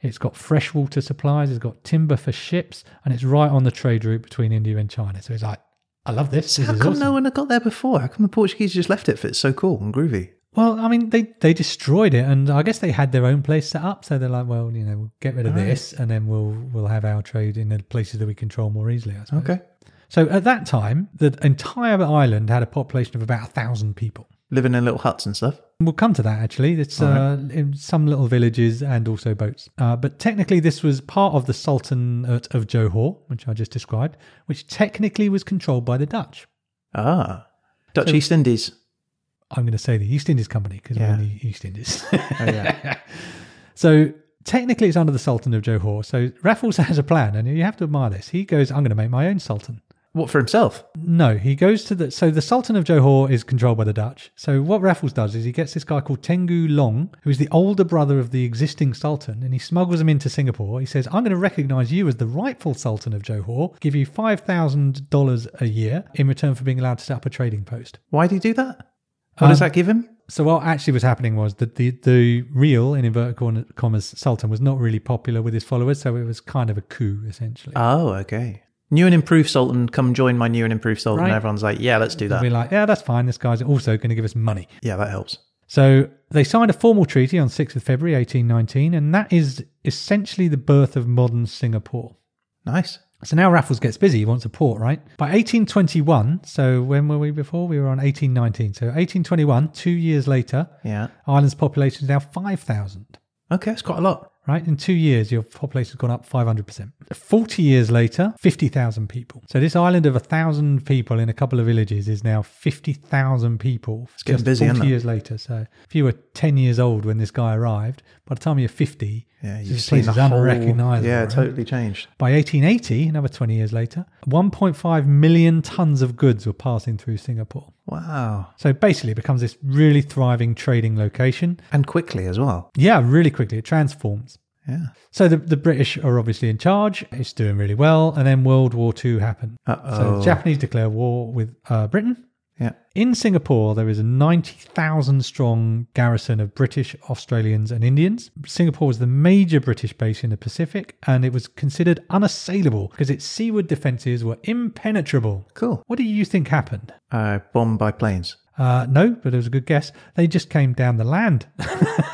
Speaker 2: It's got freshwater supplies. It's got timber for ships, and it's right on the trade route between India and China. So he's like, "I love this." this
Speaker 1: How
Speaker 2: is
Speaker 1: come
Speaker 2: awesome."
Speaker 1: no one had got there before? How come the Portuguese just left it for it's so cool and groovy?
Speaker 2: Well, I mean, they they destroyed it, and I guess they had their own place set up. So they're like, well, you know, we'll get rid of this, and then we'll we'll have our trade in the places that we control more easily. I suppose.
Speaker 1: Okay.
Speaker 2: So at that time, the entire island had a population of about a thousand people.
Speaker 1: Living in little huts and stuff.
Speaker 2: We'll come to that actually. It's uh, in some little villages and also boats. Uh, but technically, this was part of the Sultanate of Johor, which I just described, which technically was controlled by the Dutch.
Speaker 1: Ah. Dutch East Indies.
Speaker 2: I'm going to say the East Indies Company because
Speaker 1: Yeah. Oh,
Speaker 2: we're in the East Indies.
Speaker 1: yeah.
Speaker 2: so technically, it's under the Sultan of Johor. So Raffles has a plan, and you have to admire this. He goes, "I'm going to make my own Sultan."
Speaker 1: What for himself?
Speaker 2: No, he goes to the. So the Sultan of Johor is controlled by the Dutch. So what Raffles does is he gets this guy called Tengu Long, who is the older brother of the existing Sultan, and he smuggles him into Singapore. He says, I'm going to recognize you as the rightful Sultan of Johor, give you $5,000 a year in return for being allowed to set up a trading post.
Speaker 1: Why do you do that? What does
Speaker 2: Um,
Speaker 1: that give him?
Speaker 2: So what actually was happening was that the, the real, in inverted corner- commas, Sultan was not really popular with his followers, so it was kind of a coup, essentially.
Speaker 1: Oh, okay. New and improved Sultan, come join my new and improved Sultan.
Speaker 2: Right.
Speaker 1: Everyone's like, yeah, let's do that.
Speaker 2: We're like, yeah, that's fine. This guy's also going to give us money.
Speaker 1: Yeah, that helps.
Speaker 2: So they signed a formal treaty on 6th of February 1819, and that is essentially the birth of modern Singapore.
Speaker 1: Nice.
Speaker 2: So now Raffles gets busy, he wants a port, right? By 1821, so when were we before? We were on 1819. So 1821, two years later,
Speaker 1: Yeah.
Speaker 2: Ireland's population is now 5,000,
Speaker 1: Okay, that's quite a lot.
Speaker 2: right? In two years, your population's gone up 500%. 40 years later, 50,000 people. So this island of 1,000 people in a couple of villages is now 50,000 people
Speaker 1: It's getting busy,
Speaker 2: 40
Speaker 1: isn't it?
Speaker 2: years later. So if you were 10 years old when this guy arrived, by the time you're 50,
Speaker 1: Yeah,
Speaker 2: this place is unrecognizable.
Speaker 1: Yeah,
Speaker 2: right?
Speaker 1: totally changed.
Speaker 2: By 1880, another 20 years later, 1.5 million tons of goods were passing through Singapore.
Speaker 1: Wow.
Speaker 2: So basically, it becomes this really thriving trading location.
Speaker 1: And quickly as well.
Speaker 2: Yeah, really quickly, it transforms.
Speaker 1: Yeah.
Speaker 2: So the, the British are obviously in charge. It's doing really well. And then World War II happened. So
Speaker 1: Uh-oh.
Speaker 2: the Japanese declare war with uh, Britain.
Speaker 1: Yeah.
Speaker 2: In Singapore, there is a 90,000 strong garrison of British, Australians, and Indians. Singapore was the major British base in the Pacific, and it was considered unassailable because its seaward defences were impenetrable.
Speaker 1: Cool.
Speaker 2: What do you think happened?
Speaker 1: Uh, bombed by planes.
Speaker 2: Uh, no, but it was a good guess. They just came down the land.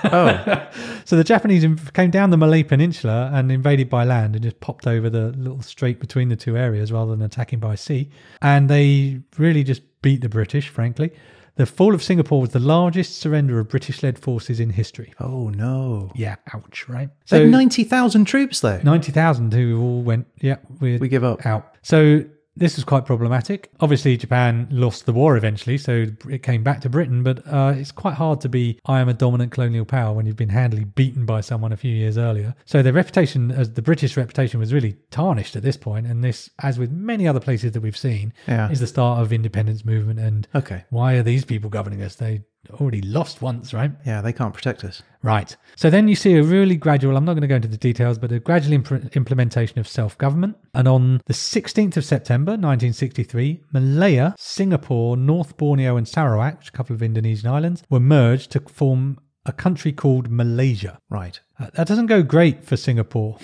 Speaker 1: Oh.
Speaker 2: So the Japanese inv- came down the Malay Peninsula and invaded by land and just popped over the little strait between the two areas rather than attacking by sea. And they really just beat the British, frankly. The fall of Singapore was the largest surrender of British led forces in history.
Speaker 1: oh, no.
Speaker 2: Yeah, ouch, right?
Speaker 1: So,
Speaker 2: So
Speaker 1: 90,000 troops, though.
Speaker 2: 90,000 who all went, yeah, we're
Speaker 1: We give up.
Speaker 2: out. So this was quite problematic. Obviously, Japan lost the war eventually, so it came back to Britain. But uh, it's quite hard to be I am a dominant colonial power when you've been handily beaten by someone a few years earlier. So their reputation, as the British reputation, was really tarnished at this point. And this, as with many other places that we've seen,
Speaker 1: Yeah.
Speaker 2: is the start of independence movement. And
Speaker 1: Okay.
Speaker 2: why are these people governing us? They already lost once, right?
Speaker 1: Yeah, they can't protect us.
Speaker 2: Right. So then you see a really gradual, I'm not going to go into the details, but a gradual imp- implementation of self government. And on the 16th of September 1963, Malaya, Singapore, North Borneo, and Sarawak, which are a couple of Indonesian islands, were merged to form a country called Malaysia.
Speaker 1: Right.
Speaker 2: Uh, that doesn't go great for Singapore.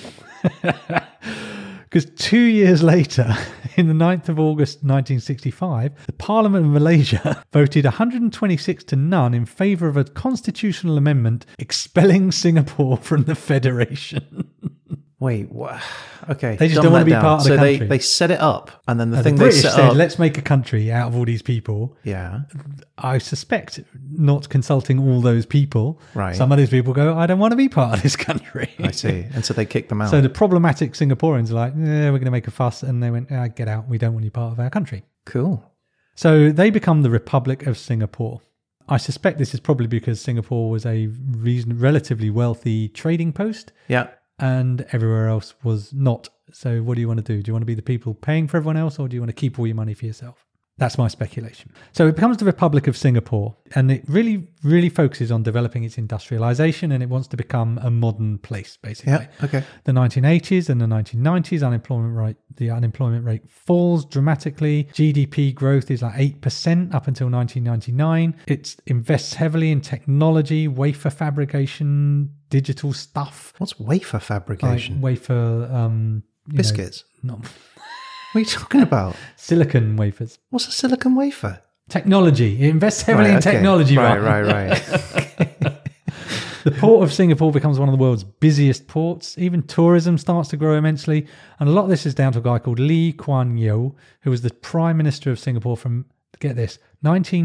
Speaker 2: Because two years later, in the 9th of August 1965, the Parliament of Malaysia voted 126 to none in favour of a constitutional amendment expelling Singapore from the Federation.
Speaker 1: Wait, what? Okay,
Speaker 2: They just
Speaker 1: dumb
Speaker 2: don't wanna
Speaker 1: that
Speaker 2: be
Speaker 1: down.
Speaker 2: part of the
Speaker 1: so
Speaker 2: country.
Speaker 1: they they set it up, and then the
Speaker 2: Now,
Speaker 1: thing
Speaker 2: the British
Speaker 1: they set
Speaker 2: said,
Speaker 1: up,
Speaker 2: let's make a country out of all these people.
Speaker 1: yeah,
Speaker 2: I suspect not consulting all those people.
Speaker 1: Right.
Speaker 2: Some of those people go, I don't want to be part of this country.
Speaker 1: I see, and so they kick them out.
Speaker 2: So the problematic Singaporeans are like, eh, we're going to make a fuss. And they went, ah, get out. We don't want you part of our country.
Speaker 1: cool.
Speaker 2: So they become the Republic of Singapore. I suspect this is probably because Singapore was a reason, relatively wealthy trading post
Speaker 1: Yeah,
Speaker 2: and everywhere else was not. So what do you want to do? Do you want to be the people paying for everyone else or do you want to keep all your money for yourself? That's my speculation. So it becomes the Republic of Singapore and it really, really focuses on developing its industrialization and it wants to become a modern place, basically
Speaker 1: yeah, okay.
Speaker 2: the 1980s and the 1990s unemployment rate the unemployment rate falls dramatically gdp growth is like 8% up until 1999 it invests heavily in technology wafer fabrication digital stuff
Speaker 1: What's wafer
Speaker 2: like
Speaker 1: fabrication?
Speaker 2: wafer um you know,
Speaker 1: Biscuits.
Speaker 2: not
Speaker 1: What are you talking about?
Speaker 2: silicon wafers
Speaker 1: What's a silicon wafer?
Speaker 2: technology it invests heavily in
Speaker 1: okay.
Speaker 2: technology
Speaker 1: Right,
Speaker 2: Ryan.
Speaker 1: right, right.
Speaker 2: The port of Singapore becomes one of the world's busiest ports. Even tourism starts to grow immensely. And a lot of this is down to a guy called Lee Kuan Yew, who was the Prime Minister of Singapore from, get this,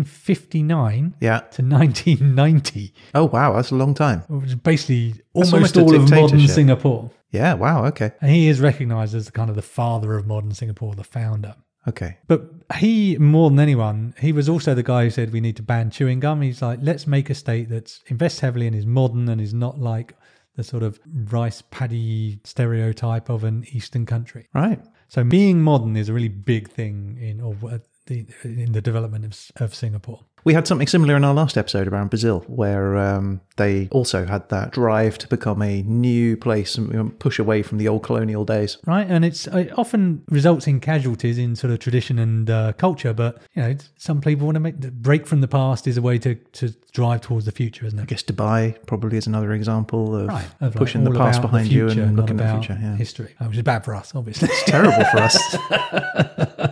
Speaker 2: 1959
Speaker 1: yeah.
Speaker 2: to 1990,
Speaker 1: Oh wow, that's a long time.
Speaker 2: which is basically
Speaker 1: That's
Speaker 2: almost
Speaker 1: almost a
Speaker 2: all of modern
Speaker 1: dictatorship.
Speaker 2: Singapore.
Speaker 1: Yeah. Wow. Okay.
Speaker 2: And he is recognized as the kind of the father of modern Singapore, the founder.
Speaker 1: Okay.
Speaker 2: But he, more than anyone, he was also the guy who said we need to ban chewing gum. He's like, let's make a state that invests heavily and is modern and is not like the sort of rice paddy stereotype of an Eastern country.
Speaker 1: Right.
Speaker 2: So being modern is a really big thing in or uh, the, in the development of, of Singapore.
Speaker 1: We had something similar in our last episode around Brazil, where um, they also had that drive to become a new place and you know, push away from the old colonial days.
Speaker 2: right? And it's it often results in casualties in sort of tradition and uh, culture. But you know, it's- some people want to make the break from the past is a way to to drive towards the future, isn't
Speaker 1: I
Speaker 2: it?
Speaker 1: guess Dubai probably is another example of
Speaker 2: Right, of, like,
Speaker 1: pushing the
Speaker 2: all
Speaker 1: past
Speaker 2: about
Speaker 1: behind you
Speaker 2: future,
Speaker 1: and
Speaker 2: not
Speaker 1: looking at the
Speaker 2: about
Speaker 1: future. Yeah.
Speaker 2: history, uh, which is bad for us, obviously.
Speaker 1: Terrible for us.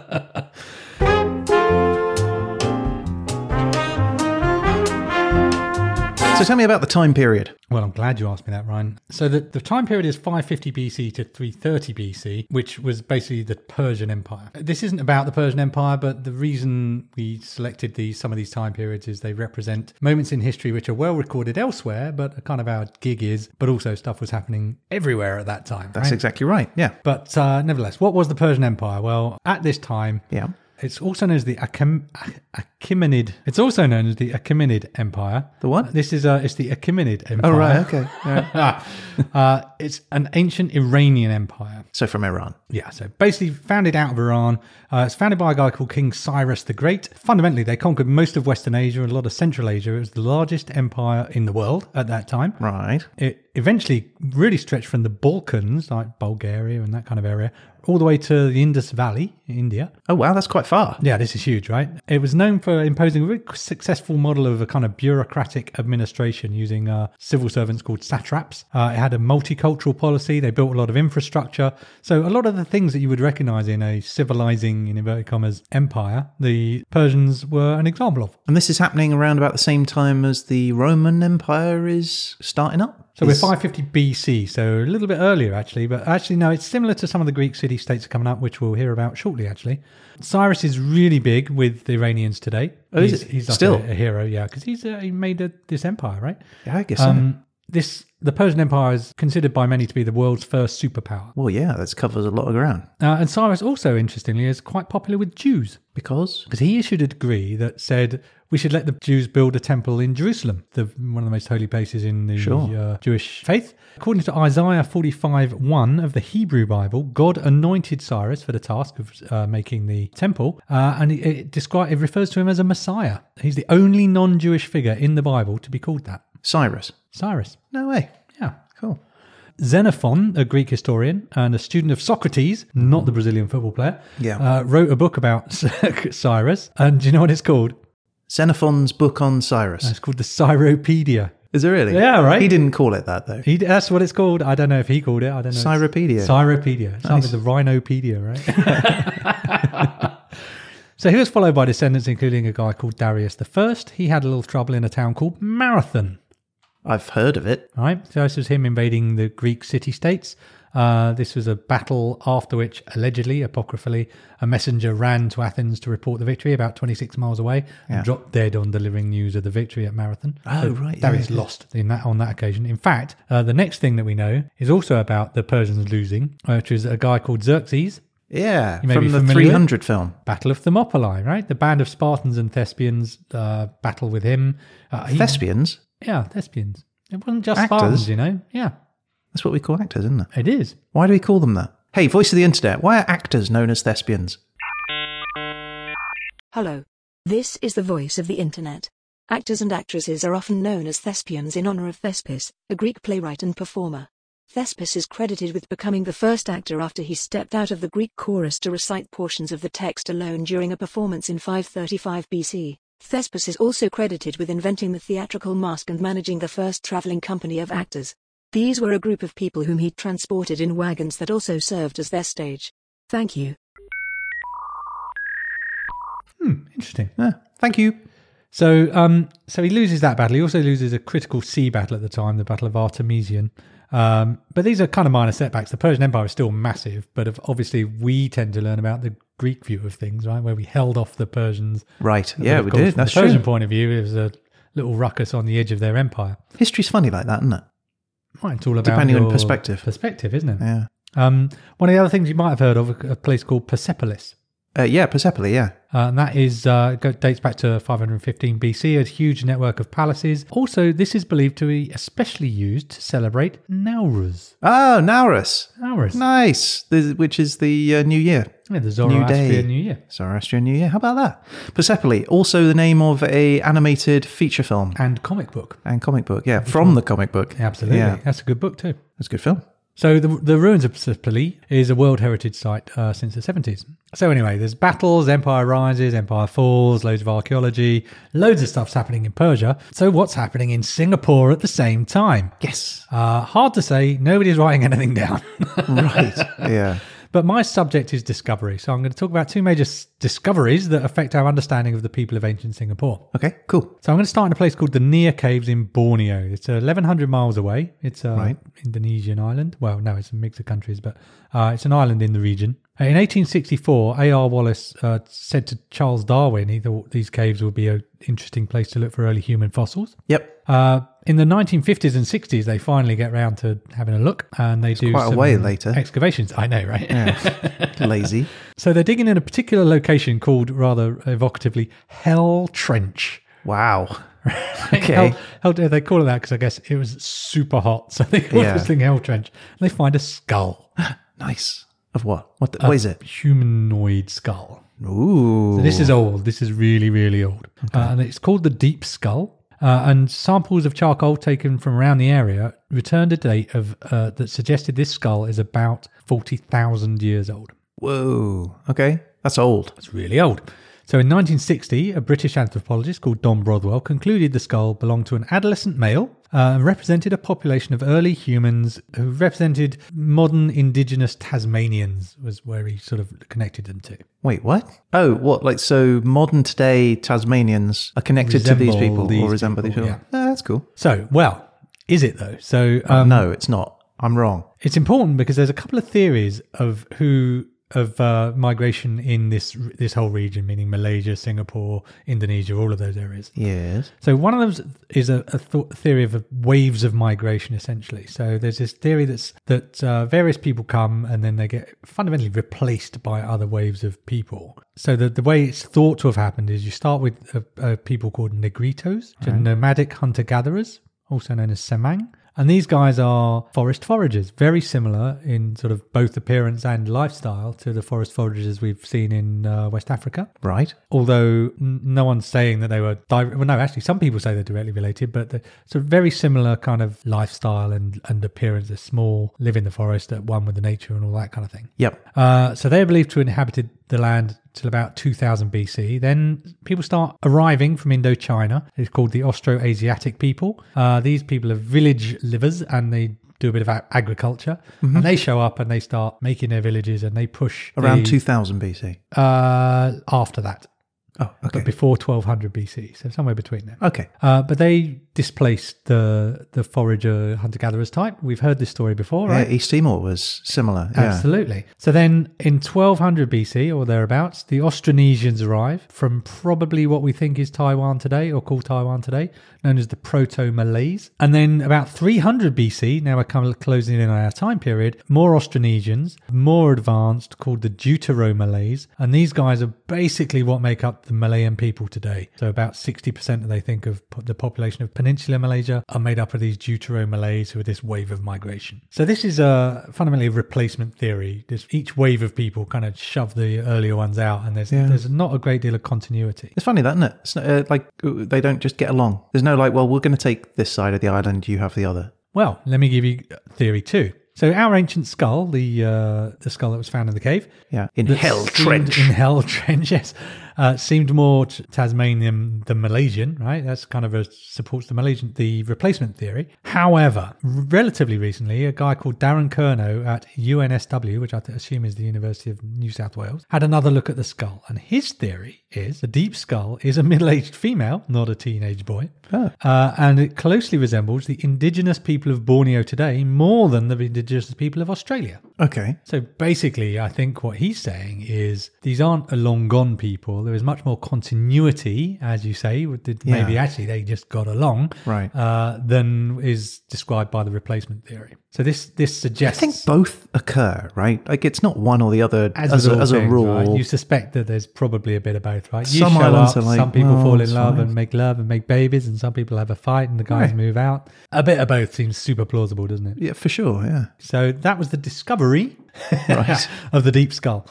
Speaker 1: so tell me about the time period.
Speaker 2: well, I'm glad you asked me that, Ryan. So the, the time period is 550 BC to 330 BC, which was basically the Persian Empire. This isn't about the Persian Empire, but the reason we selected these some of these time periods is they represent moments in history which are well recorded elsewhere, but are kind of our gig is, but also stuff was happening everywhere at that time.
Speaker 1: That's
Speaker 2: right?
Speaker 1: exactly right. Yeah.
Speaker 2: But uh, nevertheless, what was the Persian Empire? Well, at this time,
Speaker 1: Yeah.
Speaker 2: it's also known as the Achim- Ach- Achaemenid. It's also known as the Achaemenid Empire.
Speaker 1: The what?
Speaker 2: This is uh, it's the Achaemenid
Speaker 1: Oh,
Speaker 2: Empire.
Speaker 1: right. Okay. Yeah.
Speaker 2: uh, it's an ancient Iranian empire.
Speaker 1: So from Iran.
Speaker 2: Yeah, so basically founded out of Iran. Uh, it's founded by a guy called King Cyrus the Great. Fundamentally, they conquered most of Western Asia and a lot of Central Asia. It was the largest empire in the world at that time.
Speaker 1: Right.
Speaker 2: It eventually really stretched from the Balkans, like Bulgaria and that kind of area, all the way to the Indus Valley, India.
Speaker 1: Oh, wow. That's quite far.
Speaker 2: Yeah, this is huge, right? It was known for imposing a very successful model of a kind of bureaucratic administration using uh, civil servants called satraps. Uh, it had a multicultural policy. They built a lot of infrastructure. So a lot of the things that you would recognize in a civilizing, in inverted commas, empire, the Persians were an example of.
Speaker 1: And this is happening around about the same time as the Roman Empire is starting up.
Speaker 2: So we're
Speaker 1: Is-
Speaker 2: 550 BC, so a little bit earlier actually, but actually no, it's similar to some of the Greek city states coming up, which we'll hear about shortly. Actually, Cyrus is really big with the Iranians today.
Speaker 1: Oh, is
Speaker 2: he's,
Speaker 1: it?
Speaker 2: he's like
Speaker 1: Still?
Speaker 2: a, a hero, yeah, because he's uh, he made uh this empire, right?
Speaker 1: Yeah, I guess. so.
Speaker 2: Um, this the Persian Empire is considered by many to be the world's first superpower,
Speaker 1: Well, yeah, that covers a lot of ground.
Speaker 2: uh, and Cyrus also, interestingly, is quite popular with Jews
Speaker 1: Because
Speaker 2: because he issued a decree that said we should let the Jews build a temple in Jerusalem, the, one of the most holy places in the
Speaker 1: Sure.
Speaker 2: uh, Jewish faith. According to Isaiah 45 1 of the Hebrew Bible, God anointed Cyrus for the task of uh, making the temple, uh, and it, it, descri- it refers to him as a Messiah. He's the only non Jewish figure in the Bible to be called that
Speaker 1: Cyrus.
Speaker 2: Cyrus.
Speaker 1: No way.
Speaker 2: Yeah.
Speaker 1: Cool.
Speaker 2: Xenophon, a Greek historian and a student of Socrates, not the Brazilian football player,
Speaker 1: Yeah.
Speaker 2: uh, wrote a book about Cyrus. And do you know what it's called?
Speaker 1: Xenophon's book on Cyrus.
Speaker 2: It's called the Cyropedia.
Speaker 1: Is it really?
Speaker 2: Yeah, right.
Speaker 1: He didn't call it that, though.
Speaker 2: He, that's what it's called. I don't know if he called it. I don't know. It's-
Speaker 1: Cyropedia.
Speaker 2: Cyropedia. It's like the Rhinopedia, right? so he was followed by descendants, including a guy called Darius the First. He had a little trouble in a town called Marathon.
Speaker 1: I've heard of it.
Speaker 2: All right. So this was him invading the Greek city states. Uh, this was a battle after which, allegedly, apocryphally, a messenger ran to Athens to report the victory about 26 miles away and dropped dead on delivering news of the victory at Marathon.
Speaker 1: Oh, right, yeah,
Speaker 2: Darius
Speaker 1: yeah.
Speaker 2: lost in that on that occasion. In fact, uh, the next thing that we know is also about the Persians losing, which is a guy called Xerxes.
Speaker 1: Yeah,
Speaker 2: may be
Speaker 1: from the
Speaker 2: familiar.
Speaker 1: 300 film.
Speaker 2: Battle of Thermopylae, right? The band of Spartans and Thespians uh, battle with him. Uh, he-
Speaker 1: Thespians.
Speaker 2: yeah, Thespians. It wasn't just
Speaker 1: Actors?
Speaker 2: Spartans, you know. Yeah,
Speaker 1: That's what we call actors, isn't it?
Speaker 2: it is.
Speaker 1: Why do we call them that? Hey, voice of the internet. Why are actors known as thespians?
Speaker 5: Hello. This is the voice of the internet. Actors and actresses are often known as thespians in honor of Thespis, a Greek playwright and performer. Thespis is credited with becoming the first actor after he stepped out of the Greek chorus to recite portions of the text alone during a performance in 535 BC. Thespis is also credited with inventing the theatrical mask and managing the first traveling company of actors. These were a group of people whom he transported in wagons that also served as their stage. Thank you.
Speaker 2: Hmm, interesting.
Speaker 1: Yeah. Thank you.
Speaker 2: So, um, so he loses that battle. He also loses a critical sea battle at the time, the Battle of Artemisian. Um, but these are kind of minor setbacks. The Persian Empire is still massive, but of- obviously we tend to learn about the Greek view of things, right? Where we held off the Persians.
Speaker 1: Right. Yeah,
Speaker 2: Of
Speaker 1: we
Speaker 2: course,
Speaker 1: did.
Speaker 2: From
Speaker 1: That's
Speaker 2: the
Speaker 1: true.
Speaker 2: Persian point of view, it was a little ruckus on the edge of their empire.
Speaker 1: History's funny like that, isn't it?
Speaker 2: Right, it's all about
Speaker 1: Depending on
Speaker 2: your
Speaker 1: perspective.
Speaker 2: Perspective, isn't it?
Speaker 1: Yeah.
Speaker 2: Um, one of the other things you might have heard of, a a place called Persepolis.
Speaker 1: Uh, yeah, Persepolis, yeah.
Speaker 2: Uh, and that is uh, go, dates back to 515 BC. A huge network of palaces. Also, this is believed to be especially used to celebrate Nowruz.
Speaker 1: Oh, Naurus.
Speaker 2: Nowruz,
Speaker 1: Nice. The, which is the uh, New Year.
Speaker 2: yeah, the Zoroastrian
Speaker 1: Day.
Speaker 2: New Year,
Speaker 1: Zoroastrian New Year. How about that? Persepolis, also the name of a animated feature film
Speaker 2: and comic book.
Speaker 1: and comic book. Yeah, from the comic book.
Speaker 2: Absolutely,
Speaker 1: Yeah,
Speaker 2: that's a good book too.
Speaker 1: it's a good film.
Speaker 2: So the, the ruins of Persepolis is a World Heritage Site uh, since the 70s. So anyway, there's battles, empire rises, empire falls, loads of archaeology, loads of stuff's happening in Persia. So what's happening in Singapore at the same time?
Speaker 1: Yes.
Speaker 2: Uh, hard to say. Nobody's writing anything down.
Speaker 1: Right. yeah.
Speaker 2: But my subject is discovery. So I'm going to talk about two major s- discoveries that affect our understanding of the people of ancient Singapore.
Speaker 1: Okay, cool.
Speaker 2: So I'm going to start in a place called the Nia Caves in Borneo. It's uh, 1,100 miles away. It's an
Speaker 1: Right.
Speaker 2: Indonesian island. Well, no, it's a mix of countries, but uh, it's an island in the region. Uh, In 1864, A.R. Wallace uh, said to Charles Darwin he thought these caves would be an interesting place to look for early human fossils.
Speaker 1: Yep.
Speaker 2: Uh, in the 1950s and 60s, they finally get round to having a look, and they do
Speaker 1: quite a
Speaker 2: some
Speaker 1: way later.
Speaker 2: excavations. I know, right?
Speaker 1: Lazy.
Speaker 2: So they're digging in a particular location called, rather evocatively, Hell Trench.
Speaker 1: Wow. Okay.
Speaker 2: Hell, Hell- they call it that because I guess it was super hot, so they call
Speaker 1: Yeah.
Speaker 2: this thing Hell Trench. And they find a skull,
Speaker 1: Nice. Of what? What,
Speaker 2: Uh,
Speaker 1: the, what is it?
Speaker 2: humanoid skull.
Speaker 1: Ooh.
Speaker 2: This is old. This is really, really old, uh, and it's called the Deep Skull. Uh, and samples of charcoal taken from around the area returned a date of uh, that suggested this skull is about forty thousand years old.
Speaker 1: Whoa. Okay. That's old.
Speaker 2: It's really old. So in 1960, a British anthropologist called Don Broadwell concluded the skull belonged to an adolescent male uh, and represented a population of early humans who represented modern indigenous Tasmanians, was where he sort of connected them to.
Speaker 1: Wait, what? Oh, what? Like, so modern today Tasmanians are connected to these
Speaker 2: Resemble
Speaker 1: people
Speaker 2: these
Speaker 1: or resemble
Speaker 2: people,
Speaker 1: these people? Yeah, that's cool.
Speaker 2: So, well, is it though? So um,
Speaker 1: no, it's not. I'm wrong.
Speaker 2: it's important because there's a couple of theories of who of uh, migration in this this whole region, meaning Malaysia, Singapore, Indonesia, all of those areas.
Speaker 1: Yes.
Speaker 2: So one of them is a, a th- theory of waves of migration, essentially. So there's this theory that's that uh, various people come and then they get fundamentally replaced by other waves of people. So the, the way it's thought to have happened is you start with a, a people called Negritos, which are nomadic hunter gatherers, also known as Semang. And these guys are forest foragers, very similar in sort of both appearance and lifestyle to the forest foragers we've seen in uh, West Africa
Speaker 1: Right.
Speaker 2: although n- no one's saying that they were di- well no actually some people say they're directly related but they're sort of very similar kind of lifestyle and and appearance they're small live in the forest at one with the nature and all that kind of thing
Speaker 1: Yep.
Speaker 2: uh, so they're believed to have inhabited the land till about 2000 BC. Then people start arriving from Indochina. It's called the Austroasiatic people. Uh, these people are village livers and they do a bit of a- agriculture. And they show up and they start making their villages and they push
Speaker 1: Around
Speaker 2: the-
Speaker 1: 2000 BC.
Speaker 2: uh, after that.
Speaker 1: Oh, okay.
Speaker 2: but before 1200 BC, so somewhere between them.
Speaker 1: Okay.
Speaker 2: Uh, but they displaced the the forager hunter gatherers type. We've heard this story before, right?
Speaker 1: Yeah, East Timor was similar. Yeah.
Speaker 2: Absolutely. So then in 1200 BC or thereabouts, the Austronesians arrive from probably what we think is Taiwan today or call Taiwan today, known as the Proto Malays. And then about 300 BC, now we're kind of closing in on our time period, more Austronesians, more advanced, called the Deutero Malays. And these guys are basically what make up the Malayan people today. So about 60% they think of po- the population of Peninsular Malaysia are made up of these Deutero Malays who are this wave of migration. So this is a fundamentally a replacement theory. There's each wave of people kind of shove the earlier ones out, and there's there's not a great deal of continuity.
Speaker 1: It's funny that, isn't it? It's not, uh, like uh, they don't just get along. There's no like, well, we're going to take this side of the island, you have the other.
Speaker 2: Well, let me give you theory two. So our ancient skull, the uh, the skull that was found in the cave,
Speaker 1: Yeah, in
Speaker 2: that
Speaker 1: hell
Speaker 2: seemed-
Speaker 1: trench.
Speaker 2: In Hell Trench, yes. Uh, seemed more t- Tasmanian than Malaysian, right? That's kind of a supports the Malaysian, the replacement theory. However, relatively recently, a guy called Darren Kerno at UNSW, which I th- assume is the University of New South Wales, had another look at the skull. And his theory is the deep skull is a middle aged female, not a teenage boy.
Speaker 1: Oh.
Speaker 2: Uh, and it closely resembles the indigenous people of Borneo today more than the indigenous people of Australia.
Speaker 1: Okay.
Speaker 2: So basically, I think what he's saying is these aren't a long gone people. There is much more continuity, as you say. with the-
Speaker 1: Yeah.
Speaker 2: Maybe actually they just got along,
Speaker 1: Right.
Speaker 2: Uh, than is described by the replacement theory. So this this
Speaker 1: I
Speaker 2: suggests
Speaker 1: think both occur, right? Like it's not one or the other as,
Speaker 2: with
Speaker 1: a,
Speaker 2: all
Speaker 1: as a
Speaker 2: things,
Speaker 1: rule.
Speaker 2: right, you suspect that there's probably a bit of both, right? You
Speaker 1: Some
Speaker 2: show
Speaker 1: islands
Speaker 2: up,
Speaker 1: are like,
Speaker 2: some people
Speaker 1: well,
Speaker 2: fall in
Speaker 1: it's
Speaker 2: love
Speaker 1: fine.
Speaker 2: and make love and make babies, and some people have a fight and the guys
Speaker 1: Right.
Speaker 2: move out. A bit of both seems super plausible, doesn't it?
Speaker 1: Yeah, for sure. Yeah.
Speaker 2: So that was the discovery
Speaker 1: Right.
Speaker 2: of the deep skull.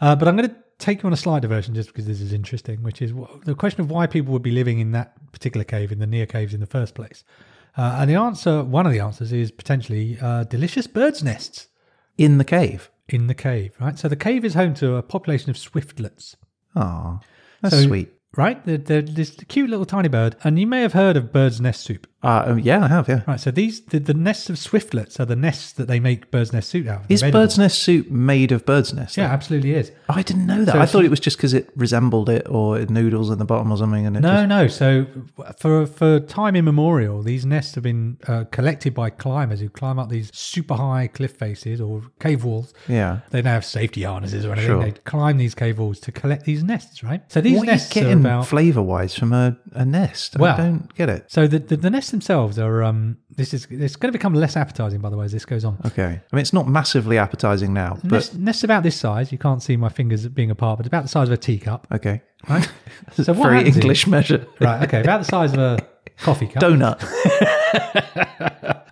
Speaker 2: Uh, but I'm going to take you on a slight diversion just because this is interesting, which is wh- the question of why people would be living in that particular cave, in the near caves in the first place. Uh, and the answer, one of the answers is potentially uh, delicious birds' nests
Speaker 1: in the cave.
Speaker 2: in the cave, right? So the cave is home to a population of swiftlets
Speaker 1: Oh, that's
Speaker 2: So-
Speaker 1: sweet.
Speaker 2: right? They're, they're this cute little tiny bird, and you may have heard of bird's nest soup.
Speaker 1: Uh, um, yeah, I have. Yeah.
Speaker 2: Right, so these the, the nests of swiftlets are the nests that they make bird's nest soup out of.
Speaker 1: Is
Speaker 2: They're made of-
Speaker 1: bird's nest soup made of bird's nest?
Speaker 2: Yeah, absolutely is.
Speaker 1: Oh, I didn't know that.
Speaker 2: So
Speaker 1: I
Speaker 2: if
Speaker 1: thought
Speaker 2: you-
Speaker 1: it was just because it resembled it or it noodles in the bottom or something. And it
Speaker 2: No,
Speaker 1: just,
Speaker 2: no. So for for time immemorial, these nests have been uh, collected by climbers who climb up these super high cliff faces or cave walls.
Speaker 1: yeah.
Speaker 2: They now have safety harnesses or anything.
Speaker 1: Sure.
Speaker 2: They climb these cave walls to collect these nests, right? So these
Speaker 1: what are you
Speaker 2: nests are
Speaker 1: getting
Speaker 2: about
Speaker 1: flavour wise from a, a nest?
Speaker 2: Well-
Speaker 1: I don't get it.
Speaker 2: So the, the the nests themselves are um this is it's going to become less appetizing by the way as this goes on.
Speaker 1: Okay. I mean, it's not massively appetising now, but
Speaker 2: Nest, nests about this size, you can't see my fingers being apart, but about the size of a teacup.
Speaker 1: okay.
Speaker 2: Right? so what
Speaker 1: Very
Speaker 2: happens is-
Speaker 1: English measure.
Speaker 2: right? Okay, about the size of a coffee cup.
Speaker 1: Donut.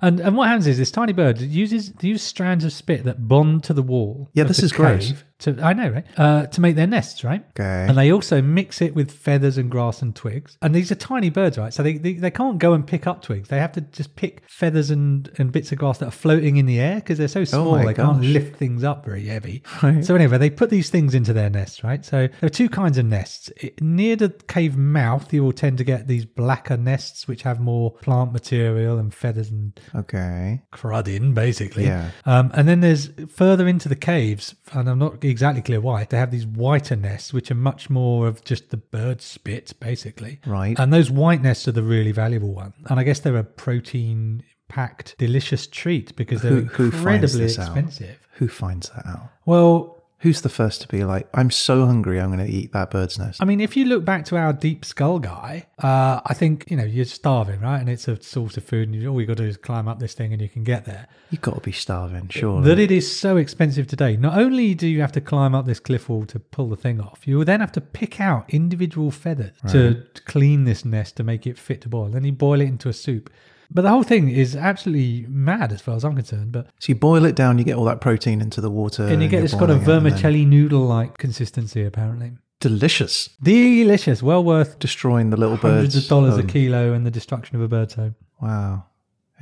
Speaker 2: And and what happens is this tiny bird uses they use strands of spit that bond to the wall.
Speaker 1: Yeah,
Speaker 2: of
Speaker 1: this
Speaker 2: the
Speaker 1: is gross.
Speaker 2: cave To I know, right? Uh, to make their nests, right?
Speaker 1: Okay.
Speaker 2: And they also mix it with feathers and grass and twigs. And these are tiny birds, right? So they, they, they can't go and pick up twigs. They have to just pick feathers and, and bits of grass that are floating in the air because they're so small
Speaker 1: Oh my
Speaker 2: they can't
Speaker 1: gosh.
Speaker 2: lift things up very heavy. So anyway, they put these things into their nests, right? So there are two kinds of nests. It- Near the cave mouth, you will tend to get these blacker nests which have more plant material and feathers and
Speaker 1: Okay.
Speaker 2: crud in, basically.
Speaker 1: Yeah.
Speaker 2: Um, and then there's further into the caves, and I'm not exactly clear why, they have these whiter nests, which are much more of just the bird spit, basically.
Speaker 1: Right.
Speaker 2: And those white nests are the really valuable one. And I guess they're a protein packed, delicious treat because they're
Speaker 1: who finds
Speaker 2: incredibly
Speaker 1: this out?
Speaker 2: expensive.
Speaker 1: Who finds that out?
Speaker 2: Well,
Speaker 1: Who's the first to be like, I'm so hungry, I'm going to eat that bird's nest?
Speaker 2: I mean, if you look back to our deep skull guy, uh, I think, you know, you're starving, right? And it's a source of food, and you, all you got to do is climb up this thing and you can get there.
Speaker 1: You've got to be starving, surely.
Speaker 2: that it is so expensive today. Not only do you have to climb up this cliff wall to pull the thing off, you will then have to pick out individual feathers to clean this nest to make it fit to boil. Then you boil it into a soup. But the whole thing is absolutely mad as far as I'm concerned. But
Speaker 1: So you boil it down, you get all that protein into the water.
Speaker 2: and you
Speaker 1: Uh,
Speaker 2: get
Speaker 1: you're
Speaker 2: it's got a
Speaker 1: boiling it and then-
Speaker 2: vermicelli noodle like consistency apparently.
Speaker 1: Delicious.
Speaker 2: Delicious, well worth
Speaker 1: Destroying the little birds. um,
Speaker 2: hundreds of dollars
Speaker 1: home.
Speaker 2: a kilo and the destruction of a bird's home.
Speaker 1: Wow.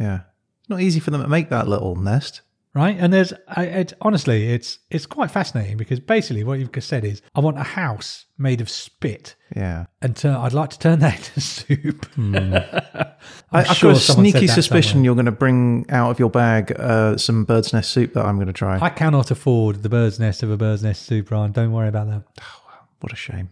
Speaker 1: Yeah. It's not easy for them to make that little nest.
Speaker 2: right? And there's, I- it's honestly, it's it's quite fascinating because basically what you've just said is, I want a house made of spit,
Speaker 1: Yeah.
Speaker 2: and turn, I'd like to turn that into soup.
Speaker 1: I,
Speaker 2: I'm
Speaker 1: I've
Speaker 2: Hmm. sure
Speaker 1: got a
Speaker 2: someone said
Speaker 1: sneaky
Speaker 2: that
Speaker 1: suspicion
Speaker 2: somewhere.
Speaker 1: you're going to bring out of your bag uh, some bird's nest soup that I'm going to try.
Speaker 2: I cannot afford the bird's nest of a bird's nest soup, Ryan. Don't worry about that.
Speaker 1: what a shame.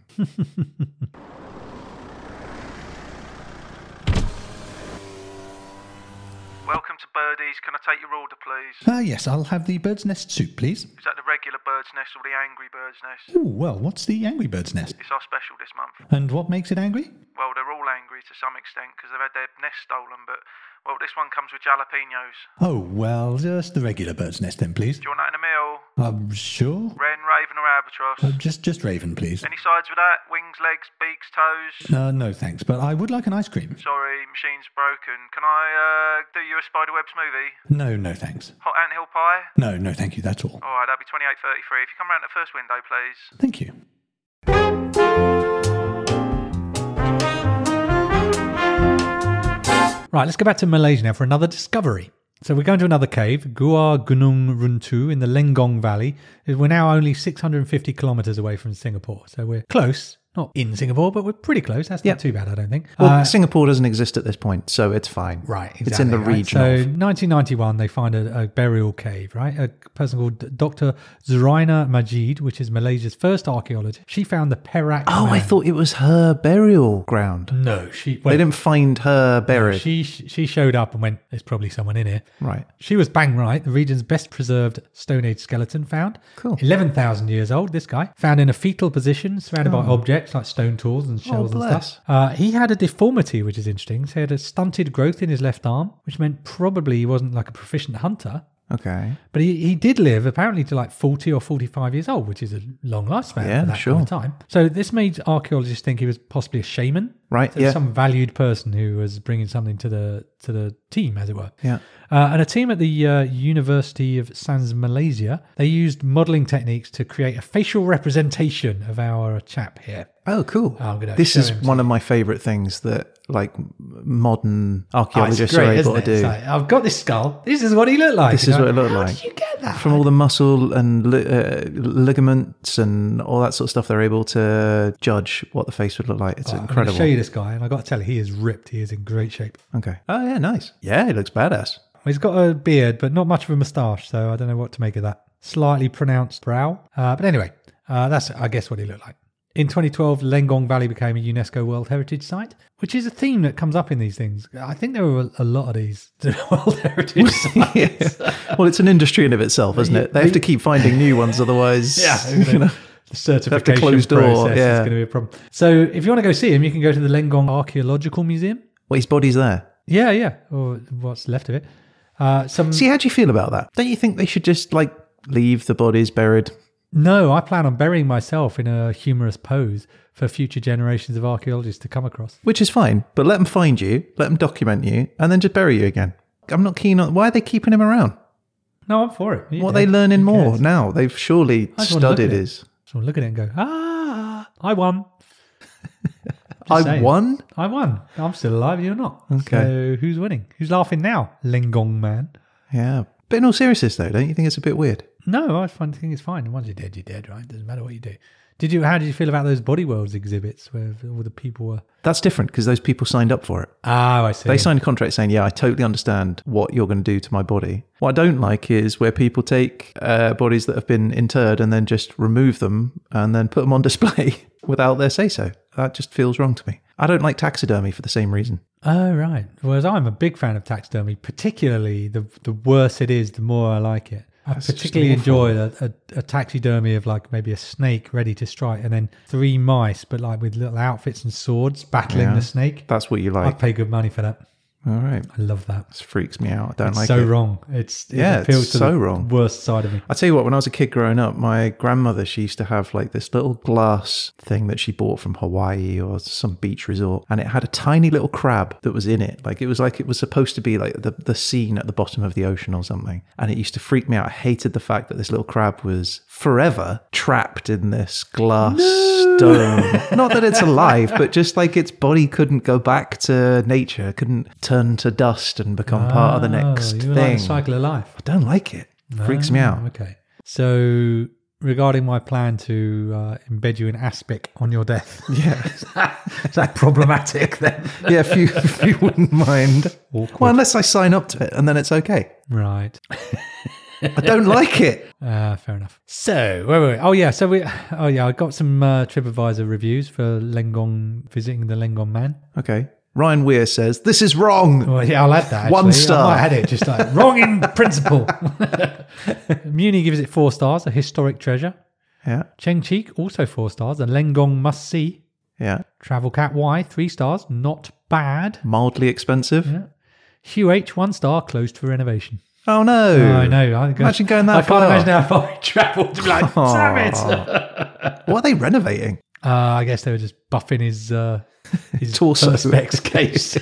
Speaker 6: Welcome to Birdies. Can I take your order, please?
Speaker 7: Ah, yes, I'll have the bird's nest soup, please.
Speaker 6: Is that the regular bird's nest or the angry bird's nest?
Speaker 7: Ooh, well, what's the angry bird's nest?
Speaker 6: It's our special this month.
Speaker 7: And what makes it angry?
Speaker 6: Well, they're all angry to some extent because they've had their nest stolen, but, well, this one comes with jalapenos.
Speaker 7: Oh, well, just the regular bird's nest then, please.
Speaker 6: Do you want that in a meal?
Speaker 7: I'm sure.
Speaker 6: Wren, raven, or albatross?
Speaker 7: Uh, just, just raven, please.
Speaker 6: Any sides with that? Wings, legs, beaks, toes?
Speaker 7: Uh, no, thanks, but I would like an ice cream.
Speaker 6: Sorry, machine's broken. Can I uh, do you a spiderweb smoothie?
Speaker 7: No, no, thanks.
Speaker 6: Hot anthill pie?
Speaker 7: No, no, thank you, that's all.
Speaker 6: Alright, that'll be 28.33. If you come round the first window, please.
Speaker 7: Thank you.
Speaker 2: Right, let's go back to Malaysia now for another discovery. So we're going to another cave, Gua Gunung Runtu in the Lenggong Valley. We're now only 650 kilometers away from Singapore, so we're close. Not in Singapore, but we're pretty close. That's
Speaker 1: Yep.
Speaker 2: not too bad, I don't think.
Speaker 1: Well,
Speaker 2: Uh,
Speaker 1: Singapore doesn't exist at this point, so it's fine.
Speaker 2: Right, exactly.
Speaker 1: It's in the
Speaker 2: right?
Speaker 1: region.
Speaker 2: So,
Speaker 1: of-
Speaker 2: 1991, they find a, a burial cave, right? A person called Dr. Zuraina Majid, which is Malaysia's first archaeologist. She found the Perak.
Speaker 1: oh, I
Speaker 2: Man.
Speaker 1: thought it was her burial ground.
Speaker 2: No, she.
Speaker 1: They
Speaker 2: Well,
Speaker 1: didn't find her buried.
Speaker 2: she she showed up and went. There's probably someone in here.
Speaker 1: right.
Speaker 2: She was bang right. The region's best preserved Stone Age skeleton found.
Speaker 1: Cool.
Speaker 2: 11,000 years old, this guy. Found in a fetal position, surrounded by objects like stone tools and shells and
Speaker 1: Oh. bless.
Speaker 2: stuff. Uh, he had a deformity, which is interesting. So he had a stunted growth in his left arm, which meant probably he wasn't like a proficient hunter.
Speaker 1: Okay.
Speaker 2: But he, he did live apparently to like 40 or 45 years old, which is a long lifespan
Speaker 1: Yeah,
Speaker 2: for that
Speaker 1: sure.
Speaker 2: kind of time. So this made archaeologists think he was possibly a shaman.
Speaker 1: Right,
Speaker 2: So it was
Speaker 1: yeah.
Speaker 2: Some valued person who was bringing something to the to the team, as it were.
Speaker 1: Yeah.
Speaker 2: Uh, and a team at the uh, University of Sans Malaysia, they used modelling techniques to create a facial representation of our chap here.
Speaker 1: Oh, cool.
Speaker 2: I'm gonna
Speaker 1: this
Speaker 2: show
Speaker 1: is
Speaker 2: him
Speaker 1: one of my favorite things that like m- modern
Speaker 2: Oh, it's
Speaker 1: archaeologists
Speaker 2: great,
Speaker 1: are able
Speaker 2: isn't
Speaker 1: to
Speaker 2: it?
Speaker 1: do.
Speaker 2: It's like, I've got this skull. This is what he looked like.
Speaker 1: This
Speaker 2: you
Speaker 1: is
Speaker 2: know?
Speaker 1: what it looked
Speaker 2: How
Speaker 1: like.
Speaker 2: did you get that?
Speaker 1: From all the muscle and li- uh, ligaments and all that sort of stuff, they're able to judge what the face would look like. It's
Speaker 2: I'm going to
Speaker 1: incredible.
Speaker 2: show you this guy, and I got to tell you, he is ripped. He is in great shape.
Speaker 1: Okay. Oh yeah, nice. Yeah, it looks badass.
Speaker 2: Well, He's got a beard, but not much of a moustache, so I don't know what to make of that. Slightly pronounced brow. Uh, but anyway, uh, that's, I guess, what he looked like. In 2012, Lengong Valley became a UNESCO World Heritage Site, which is a theme that comes up in these things. I think there were a lot of these World Heritage Sites.
Speaker 1: Yeah. Well, it's an industry in of itself, isn't it? They have to keep finding new ones, otherwise, you know.
Speaker 2: The certification
Speaker 1: close door,
Speaker 2: process
Speaker 1: yeah.
Speaker 2: is going to be a problem. So if you want to go see him, you can go to the Lengong Archaeological Museum.
Speaker 1: Well, his body's there.
Speaker 2: Yeah, yeah, or what's left of it. Uh, some
Speaker 1: See, how do you feel about that? Don't you think they should just like leave the bodies buried?
Speaker 2: No, I plan on burying myself in a humorous pose for future generations of archaeologists to come across.
Speaker 1: Which is fine, but let them find you, let them document you, and then just bury you again. I'm not keen on why are they keeping him around?
Speaker 2: No, I'm for it.
Speaker 1: What are they learning more
Speaker 2: cares?
Speaker 1: now? They've surely
Speaker 2: just wanna look
Speaker 1: studied
Speaker 2: at it.
Speaker 1: his.
Speaker 2: So look at it and go, ah, I won.
Speaker 1: I
Speaker 2: saying.
Speaker 1: won.
Speaker 2: I won. I'm still alive. You're not.
Speaker 1: Okay.
Speaker 2: So who's winning? Who's laughing now? Lingong man.
Speaker 1: Yeah, but in all seriousness, though, don't you think it's a bit weird?
Speaker 2: No, I find, think it's fine. Once you're dead, you're dead, right? Doesn't matter what you do. Did you? How did you feel about those Body Worlds exhibits where all the people were?
Speaker 1: That's different because those people signed up for it.
Speaker 2: Oh, I see.
Speaker 1: They signed a contract saying, "Yeah, I totally understand what you're going to do to my body." What I don't like is where people take uh, bodies that have been interred and then just remove them and then put them on display without their say so. That just feels wrong to me. I don't like taxidermy for the same reason.
Speaker 2: Oh right. Whereas I'm a big fan of taxidermy, particularly the the worse it is, the more I like it. I
Speaker 1: just
Speaker 2: particularly
Speaker 1: awful.
Speaker 2: enjoy a, a, a taxidermy of like maybe a snake ready to strike, and then three mice, but like with little outfits and swords battling the snake.
Speaker 1: That's what you
Speaker 2: I'd
Speaker 1: like.
Speaker 2: pay good money for that.
Speaker 1: All right,
Speaker 2: I love that.
Speaker 1: this freaks me out. I don't
Speaker 2: It's
Speaker 1: like
Speaker 2: so
Speaker 1: it.
Speaker 2: wrong. It's it
Speaker 1: Yeah, it's
Speaker 2: appeals to
Speaker 1: so
Speaker 2: the
Speaker 1: wrong.
Speaker 2: worst side of me.
Speaker 1: I tell you what, when I was a kid growing up, my grandmother, she used to have like this little glass thing that she bought from Hawaii or some beach resort. And it had a tiny little crab that was in it. Like it was like it was supposed to be like the, the scene at the bottom of the ocean or something. And it used to freak me out. I hated the fact that this little crab was forever trapped in this glass dome. Not that it's alive, but just like its body couldn't go back to nature, couldn't turn to dust and become part of the
Speaker 2: Oh,
Speaker 1: next
Speaker 2: you
Speaker 1: thing.
Speaker 2: like the cycle of life. Ah,
Speaker 1: I don't like it. Freaks me out.
Speaker 2: Okay. So, regarding my plan to uh, embed you in aspic on your death,
Speaker 1: Yeah.
Speaker 2: is that problematic then?
Speaker 1: Yeah, if you, if you wouldn't mind. Well, unless I sign up to it and then it's okay.
Speaker 2: Right.
Speaker 1: I don't like it.
Speaker 2: Uh, fair enough. So, wait, wait, wait. Oh, yeah. So, we, oh, yeah, I got some uh, TripAdvisor reviews for Lengon, visiting the Lengon man.
Speaker 1: Okay. Ryan Weir says, This is wrong.
Speaker 2: Well, Oh, yeah, I'll add that.
Speaker 1: One
Speaker 2: actually.
Speaker 1: star.
Speaker 2: I might add it just like wrong in principle. Muni gives it four stars, a historic treasure.
Speaker 1: Yeah.
Speaker 2: Cheng Cheek, also four stars, a Lengong must see.
Speaker 1: Yeah.
Speaker 2: Travel Cat Y, three stars, not bad.
Speaker 1: Mildly expensive.
Speaker 2: Hugh H, one star, closed for renovation.
Speaker 1: Oh, no.
Speaker 2: I know. I
Speaker 1: Imagine going that
Speaker 2: I
Speaker 1: far.
Speaker 2: can't imagine how far we travelled to be like, damn it. Uh,
Speaker 1: What are they renovating?
Speaker 2: I guess they were just buffing his uh, his
Speaker 1: Torso.
Speaker 2: perspex case.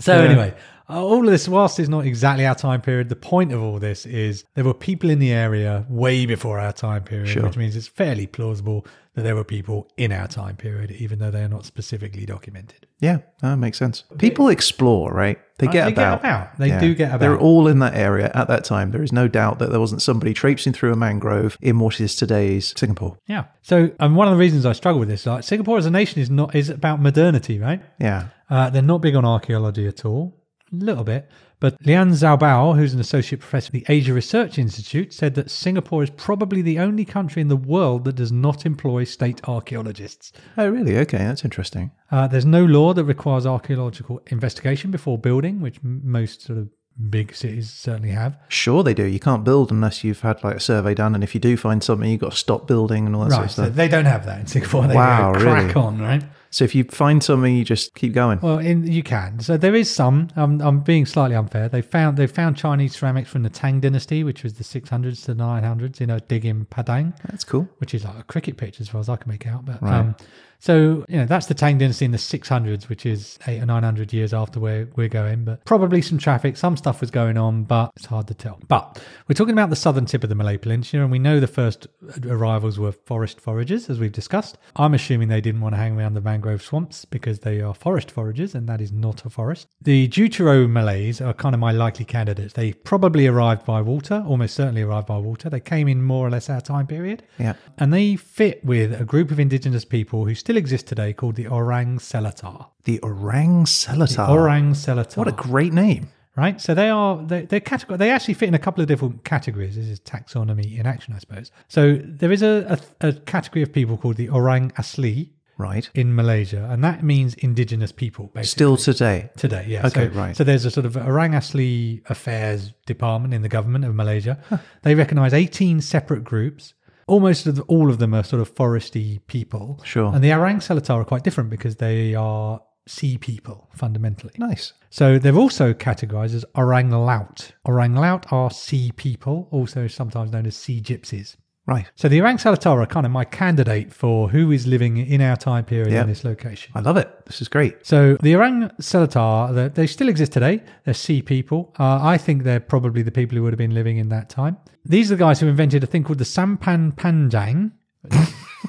Speaker 2: so anyway, uh, all of this, whilst it's not exactly our time period, the point of all this is there were people in the area way before our time period, which means it's fairly plausible that there were people in our time period, even though they are not specifically documented.
Speaker 1: Yeah, that makes sense. People explore, right? They get
Speaker 2: Oh, they get
Speaker 1: about.
Speaker 2: about. They do get
Speaker 1: They're
Speaker 2: about.
Speaker 1: all in that area at that time. There is no doubt that there wasn't somebody traipsing through a mangrove in what is today's Singapore.
Speaker 2: Yeah. So, and one of the reasons I struggle with this, like Singapore as a nation, is not is about modernity, right?
Speaker 1: Yeah.
Speaker 2: Uh, they're not big on archaeology at all, a little bit. But Lian Zhaobao, who's an associate professor at the Asia Research Institute, said that Singapore is probably the only country in the world that does not employ state archaeologists.
Speaker 1: Oh, really? Okay, that's interesting.
Speaker 2: Uh, there's no law that requires archaeological investigation before building, which m- most sort of big cities certainly have.
Speaker 1: Sure, they do. You can't build unless you've had like a survey done, and if you do find something, you've got to stop building and all that sort
Speaker 2: Right,
Speaker 1: of
Speaker 2: so
Speaker 1: stuff.
Speaker 2: they don't have that in Singapore. They
Speaker 1: Wow,
Speaker 2: go
Speaker 1: really?
Speaker 2: crack on, right?
Speaker 1: so if you find something, you just keep going.
Speaker 2: Well, in, you can. So there is some. I'm, I'm being slightly unfair. They found they found Chinese ceramics from the Tang Dynasty, which was the 600s to 900s, in a dig in Padang,
Speaker 1: that's cool.
Speaker 2: which is like a cricket pitch as far as I can make out. But
Speaker 1: Right.
Speaker 2: um, so you know that's the Tang Dynasty in the 600s, which is eight or 900 years after where we're going. But probably some traffic, some stuff was going on, but it's hard to tell. But we're talking about the southern tip of the Malay Peninsula, and we know the first arrivals were forest foragers, as we've discussed. I'm assuming they didn't want to hang around the mangrove swamps because they are forest foragers, and that is not a forest. The Deutero Malays are kind of my likely candidates. They probably arrived by water, almost certainly arrived by water. They came in more or less our time period.
Speaker 1: Yeah.
Speaker 2: And they fit with a group of indigenous people who still exist today called the Orang Selatar.
Speaker 1: The orang selatar.
Speaker 2: Orang Selatar.
Speaker 1: Ah. What a great name.
Speaker 2: right? So they are they, they're categor- They actually fit in a couple of different categories. This is taxonomy in action, I suppose. So there is a, a, a category of people called the Orang Asli
Speaker 1: Right.
Speaker 2: in Malaysia, and that means indigenous people, basically.
Speaker 1: Still today.
Speaker 2: Today, yeah.
Speaker 1: Okay,
Speaker 2: so,
Speaker 1: right.
Speaker 2: So there's a sort of Orang Asli Affairs Department in the government of Malaysia. They recognise 18 separate groups. Almost of- all of them are sort of foresty people.
Speaker 1: Sure.
Speaker 2: And the Orang Selatar are quite different because they are sea people fundamentally.
Speaker 1: Nice.
Speaker 2: So they're also categorised as Orang Laut. Orang Laut are sea people, also sometimes known as sea gypsies.
Speaker 1: Right.
Speaker 2: So the Orang Selatar are kind of my candidate for who is living in our time period
Speaker 1: Yeah.
Speaker 2: in this location.
Speaker 1: I love it. This is great.
Speaker 2: So the Orang Selatar, they- they still exist today. They're sea people. Uh, I think they're probably the people who would have been living in that time. These are the guys who invented a thing called the Sampan Panjang.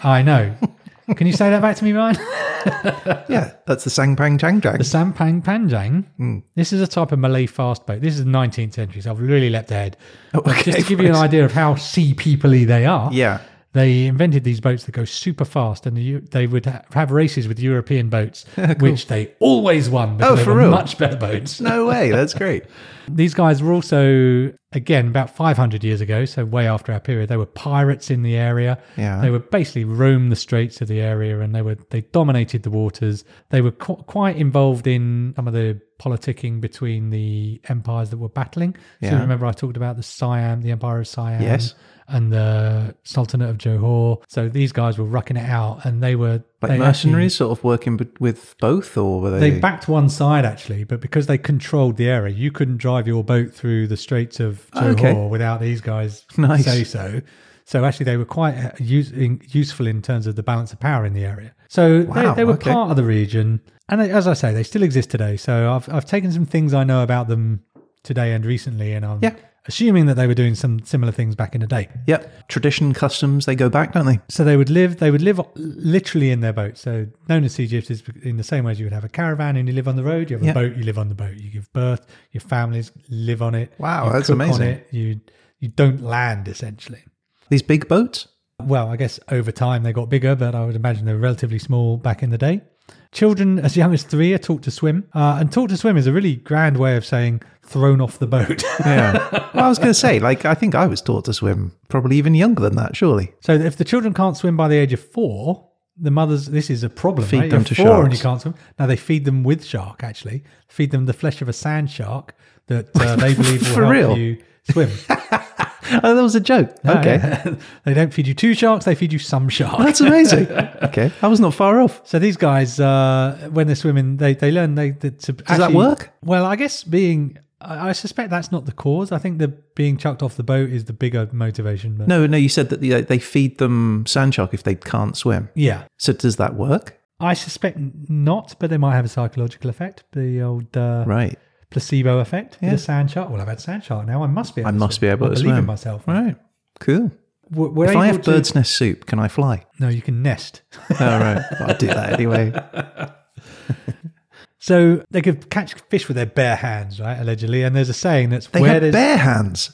Speaker 2: I know. Can you say that back to me, Ryan?
Speaker 1: Yeah, that's the Sang Pang Chang Jang.
Speaker 2: The Sampang Panjang.
Speaker 1: Hmm.
Speaker 2: This is a type of Malay fast boat. This is the 19th century, so I've really leapt ahead. But
Speaker 1: Oh, okay,
Speaker 2: Just to give you an
Speaker 1: right.
Speaker 2: idea of how sea peoply they are.
Speaker 1: Yeah.
Speaker 2: They invented these boats that go super fast, and you, they would ha- have races with European boats, which they always won because
Speaker 1: Oh,
Speaker 2: they
Speaker 1: for
Speaker 2: were
Speaker 1: real?
Speaker 2: much better boats.
Speaker 1: No way. That's great.
Speaker 2: These guys were also, again, about 500 years ago, so way after our period. They were pirates in the area.
Speaker 1: Yeah.
Speaker 2: They were basically roamed the straits of the area, and they were they dominated the waters. They were qu- quite involved in some of the politicking between the empires that were battling. So
Speaker 1: Yeah.
Speaker 2: remember, I talked about the Siam, the Empire of Siam.
Speaker 1: Yes.
Speaker 2: And the Sultanate of Johor. So these guys were rucking it out, and they were
Speaker 1: Like
Speaker 2: they actually-
Speaker 1: mercenaries sort of working b- with both, or were they?
Speaker 2: they backed one side actually, but because they controlled the area, you couldn't drive your boat through the Straits of
Speaker 1: Oh,
Speaker 2: Johor
Speaker 1: okay.
Speaker 2: without these guys
Speaker 1: Nice.
Speaker 2: say so. So actually, they were quite uh, use, in, useful in terms of the balance of power in the area. So
Speaker 1: Wow,
Speaker 2: they, they were
Speaker 1: okay.
Speaker 2: part of the region, and they, as I say, they still exist today. So I've I've taken some things I know about them today and recently, and I'm
Speaker 1: Yeah.
Speaker 2: assuming that they were doing some similar things back in the day.
Speaker 1: Yep. Tradition, customs, they go back, don't they?
Speaker 2: So they would live. They would live literally in their boat. So known as sea gypsies, in the same way as you would have a caravan and you live on the road. You have
Speaker 1: Yeah.
Speaker 2: a boat. You live on the boat. You give birth. Your families live on it.
Speaker 1: Wow,
Speaker 2: you
Speaker 1: that's
Speaker 2: cook on
Speaker 1: amazing.
Speaker 2: it, You you don't land essentially.
Speaker 1: These big boats?
Speaker 2: Well, I guess over time they got bigger, but I would imagine they were relatively small back in the day. Children as young as three are taught to swim, uh, and taught to swim is a really grand way of saying thrown off the boat.
Speaker 1: Yeah. well, I was going to say, like, I think I was taught to swim probably even younger than that, surely.
Speaker 2: So if the children can't swim by the age of four, the mothers this is a problem.
Speaker 1: Feed
Speaker 2: right?
Speaker 1: them to
Speaker 2: You're four and
Speaker 1: sharks.
Speaker 2: you can't swim. Now they feed them with shark. Actually, feed them the flesh of a sand shark that uh, they believe will
Speaker 1: For
Speaker 2: help
Speaker 1: real?
Speaker 2: you swim.
Speaker 1: Oh, that was a joke. okay.
Speaker 2: they don't feed you two sharks. They feed you some shark.
Speaker 1: That's amazing. okay. I was not far off.
Speaker 2: So these guys, uh, when they're swimming, they, they learn they, that to
Speaker 1: Does that work?
Speaker 2: Well, I guess being, I, I suspect that's not the cause. I think the being chucked off the boat is the bigger motivation. But
Speaker 1: No, no, you said that the, they feed them sand shark if they can't swim.
Speaker 2: yeah,
Speaker 1: So does that work?
Speaker 2: I suspect not, but they might have a psychological effect. The old uh,
Speaker 1: Right.
Speaker 2: placebo effect. with
Speaker 1: Yeah.
Speaker 2: The sand shark. Well, I've had sand shark now. I must be. Able
Speaker 1: I
Speaker 2: to
Speaker 1: must
Speaker 2: swim.
Speaker 1: be able
Speaker 2: I
Speaker 1: to
Speaker 2: believe in
Speaker 1: swim.
Speaker 2: myself.
Speaker 1: Right. Cool.
Speaker 2: We're, we're
Speaker 1: if I
Speaker 2: able
Speaker 1: have
Speaker 2: to-
Speaker 1: bird's nest soup, can I fly?
Speaker 2: no, you can nest.
Speaker 1: All right. I'll do that anyway.
Speaker 2: So they could catch fish with their bare hands, right? Allegedly, and there's a saying that's
Speaker 1: They
Speaker 2: where
Speaker 1: had
Speaker 2: there's
Speaker 1: bare hands.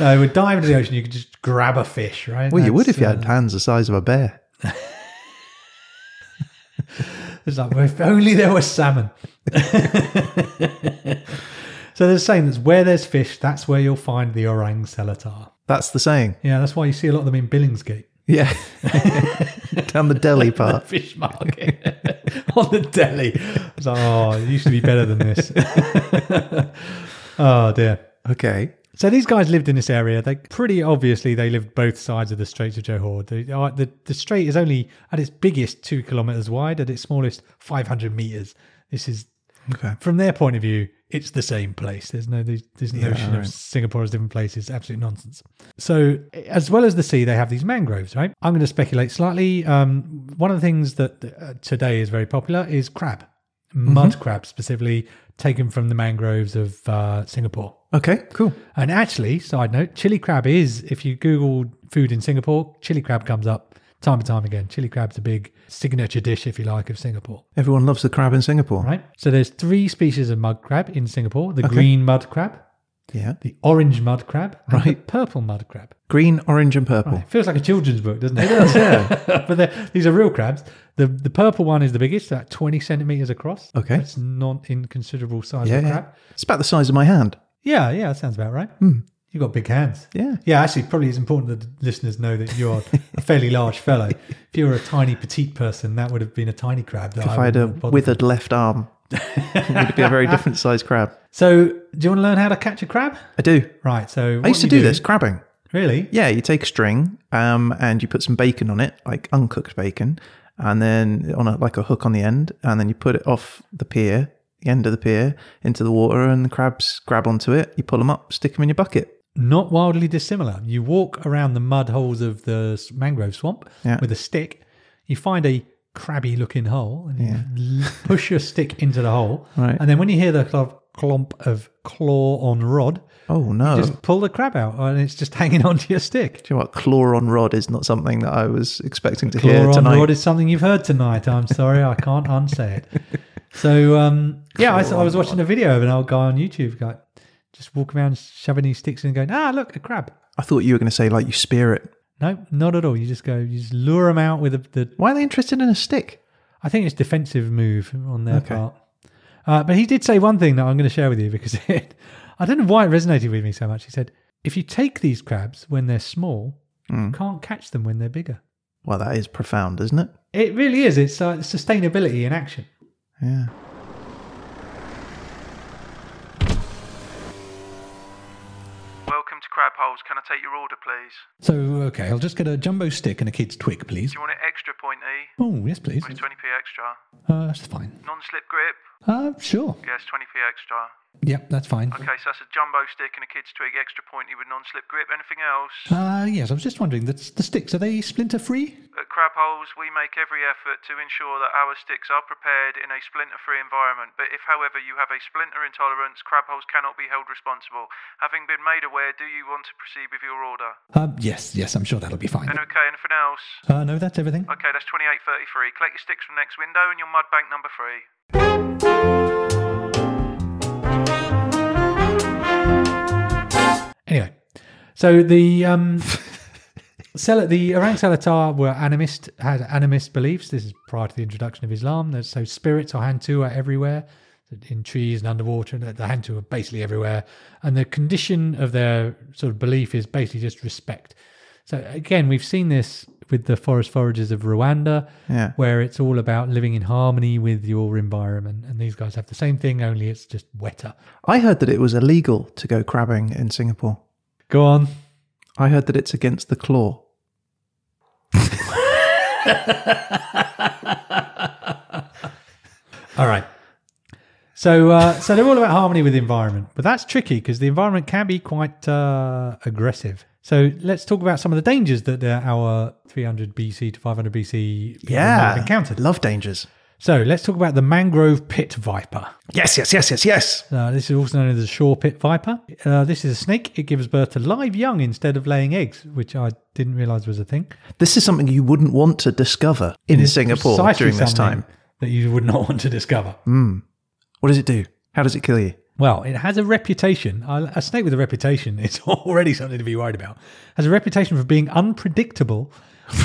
Speaker 2: no, we dive into the ocean. You could just grab a fish, right?
Speaker 1: Well, you would
Speaker 2: That's,
Speaker 1: if you
Speaker 2: uh,
Speaker 1: had hands the size of a bear.
Speaker 2: uh, It's like, well, if only there was salmon. so there's a saying that's where there's fish, that's where you'll find the orang selatar.
Speaker 1: That's the saying.
Speaker 2: Yeah, that's why you see a lot of them in Billingsgate.
Speaker 1: Yeah. Down the deli part.
Speaker 2: Fish market on the deli. It's like, oh, it used to be better than this. oh, dear.
Speaker 1: Okay.
Speaker 2: So these guys lived in this area. They pretty obviously they lived both sides of the Straits of Johor. The, uh, the the strait is only at its biggest two kilometers wide, at its smallest five hundred meters. This is
Speaker 1: Okay.
Speaker 2: from their point of view, it's the same place. There's no there's, there's
Speaker 1: Yeah,
Speaker 2: notion
Speaker 1: right.
Speaker 2: of Singapore as different places. Absolute nonsense. So as well as the sea, they have these mangroves, right? I'm going to speculate slightly. Um, one of the things that uh, today is very popular is crab,
Speaker 1: Mm-hmm.
Speaker 2: mud crab specifically taken from the mangroves of uh, Singapore.
Speaker 1: Okay. Cool.
Speaker 2: And actually, side note, chili crab is, if you Google food in Singapore, chili crab comes up time and time again. Chili crab's a big signature dish, if you like, of Singapore,
Speaker 1: Everyone loves the crab in Singapore.
Speaker 2: right? So there's three species of mud crab in Singapore the green mud crab,
Speaker 1: Yeah.
Speaker 2: the orange mud crab, and the purple mud crab.
Speaker 1: Green, orange, and purple.
Speaker 2: It feels like a children's book, doesn't it? It does, yeah. but they're- these are real crabs. The the purple one is the biggest, at 20 centimeters across.
Speaker 1: Okay.
Speaker 2: That's not inconsiderable size
Speaker 1: Yeah,
Speaker 2: of
Speaker 1: yeah.
Speaker 2: crab.
Speaker 1: It's about the size of my hand.
Speaker 2: Yeah, yeah, that sounds about right. You've got big hands.
Speaker 1: Hmm. Yeah.
Speaker 2: Yeah, actually, probably it's important that the listeners know that you're a fairly large fellow. If you were a tiny, petite person, that would have been a tiny crab. That
Speaker 1: If I had a
Speaker 2: wouldn't have bothered with.
Speaker 1: withered left arm, it would be a very different size crab.
Speaker 2: So, do you want to learn how to catch a crab?
Speaker 1: I do.
Speaker 2: Right. So,
Speaker 1: I used to do, this crabbing.
Speaker 2: Really?
Speaker 1: Yeah, you take a string um, and you put some bacon on it, like uncooked bacon, and then on a, like a hook on the end, and then you put it off the pier, the end of the pier, into the water, and the crabs grab onto it. You pull them up, stick them in your bucket.
Speaker 2: Not wildly dissimilar. You walk around the mud holes of the s- mangrove swamp
Speaker 1: Yeah.
Speaker 2: with a stick. You find a crabby looking hole and you l- push your stick into the hole.
Speaker 1: Right.
Speaker 2: And then when you hear the clomp clomp of claw on rod,
Speaker 1: Oh no!
Speaker 2: just pull the crab out and it's just hanging onto your stick.
Speaker 1: Do you know what? Claw on rod is not something that I was expecting to hear
Speaker 2: Claw on
Speaker 1: tonight.
Speaker 2: rod is something you've heard tonight. I'm sorry, I can't unsay it. So um, yeah, I, s- I was watching a video of an old guy on YouTube, guy just walking around shoving these sticks in and going, ah, look, a crab.
Speaker 1: I thought you were going to say like you spear it.
Speaker 2: No, not at all. You just go, you just lure them out with the. the
Speaker 1: Why are they interested in a stick?
Speaker 2: I think it's defensive move on their
Speaker 1: Okay.
Speaker 2: part. Uh, but he did say one thing that I'm going to share with you because it, I don't know why it resonated with me so much. He said, if you take these crabs when they're small,
Speaker 1: Hmm.
Speaker 2: you can't catch them when they're bigger.
Speaker 1: Well, that is profound, isn't it?
Speaker 2: It really is. It's uh, sustainability in action.
Speaker 1: Yeah.
Speaker 6: Welcome to Crab Holes. Can I take your order, please?
Speaker 7: So, okay, I'll just get a jumbo stick and a kid's twig, please.
Speaker 6: Do you want it extra pointy?
Speaker 7: Oh, yes, please.
Speaker 6: It's 20p extra.
Speaker 7: Uh, that's fine.
Speaker 6: Non slip grip.
Speaker 7: Uh, sure.
Speaker 6: Yes, 20p extra.
Speaker 7: Yep, that's fine.
Speaker 6: Okay, so that's a jumbo stick and a kid's twig, extra pointy with non slip grip. Anything else?
Speaker 7: Uh, yes, I was just wondering, the, the sticks, are they splinter free?
Speaker 6: At Crab Holes, we make every effort to ensure that our sticks are prepared in a splinter free environment, but if, however, you have a splinter intolerance, Crab Holes cannot be held responsible. Having been made aware, do you want to proceed with your order?
Speaker 7: Uh, yes, yes, I'm sure that'll be fine.
Speaker 6: And okay, anything else?
Speaker 7: Uh, no, that's everything.
Speaker 6: Okay, that's 2833. Collect your sticks from next window and your mud bank number three.
Speaker 2: Anyway, so the um, Sel- the Orang Salatar were animist, had animist beliefs. This is prior to the introduction of Islam. There's- So spirits or Hantu are everywhere, in trees and underwater. And the Hantu are basically everywhere. And the condition of their sort of belief is basically just respect. So again, we've seen this with the forest forages of Rwanda,
Speaker 1: Yeah.
Speaker 2: where it's all about living in harmony with your environment. And these guys have the same thing, only it's just wetter.
Speaker 1: I heard that it was illegal to go crabbing in Singapore.
Speaker 2: Go on.
Speaker 1: I heard that it's against the claw.
Speaker 2: All right. So, uh, so they're all about harmony with the environment, but that's tricky because the environment can be quite uh, aggressive. So let's talk about some of the dangers that uh, our 300 BC to 500 BC people might have encountered.
Speaker 1: Love dangers.
Speaker 2: So let's talk about the mangrove pit viper.
Speaker 1: Yes, yes, yes, yes, yes.
Speaker 2: Uh, this is also known as the shore pit viper. Uh, this is a snake. It gives birth to live young instead of laying eggs, which I didn't realize was a thing.
Speaker 1: This is something you wouldn't want to discover in Singapore
Speaker 2: Precisely
Speaker 1: during this
Speaker 2: something
Speaker 1: time.
Speaker 2: that you would not want to discover.
Speaker 1: What does it do? How does it kill you?
Speaker 2: Well, it has a reputation. A a snake with a reputation is already something to be worried about. Has a reputation for being unpredictable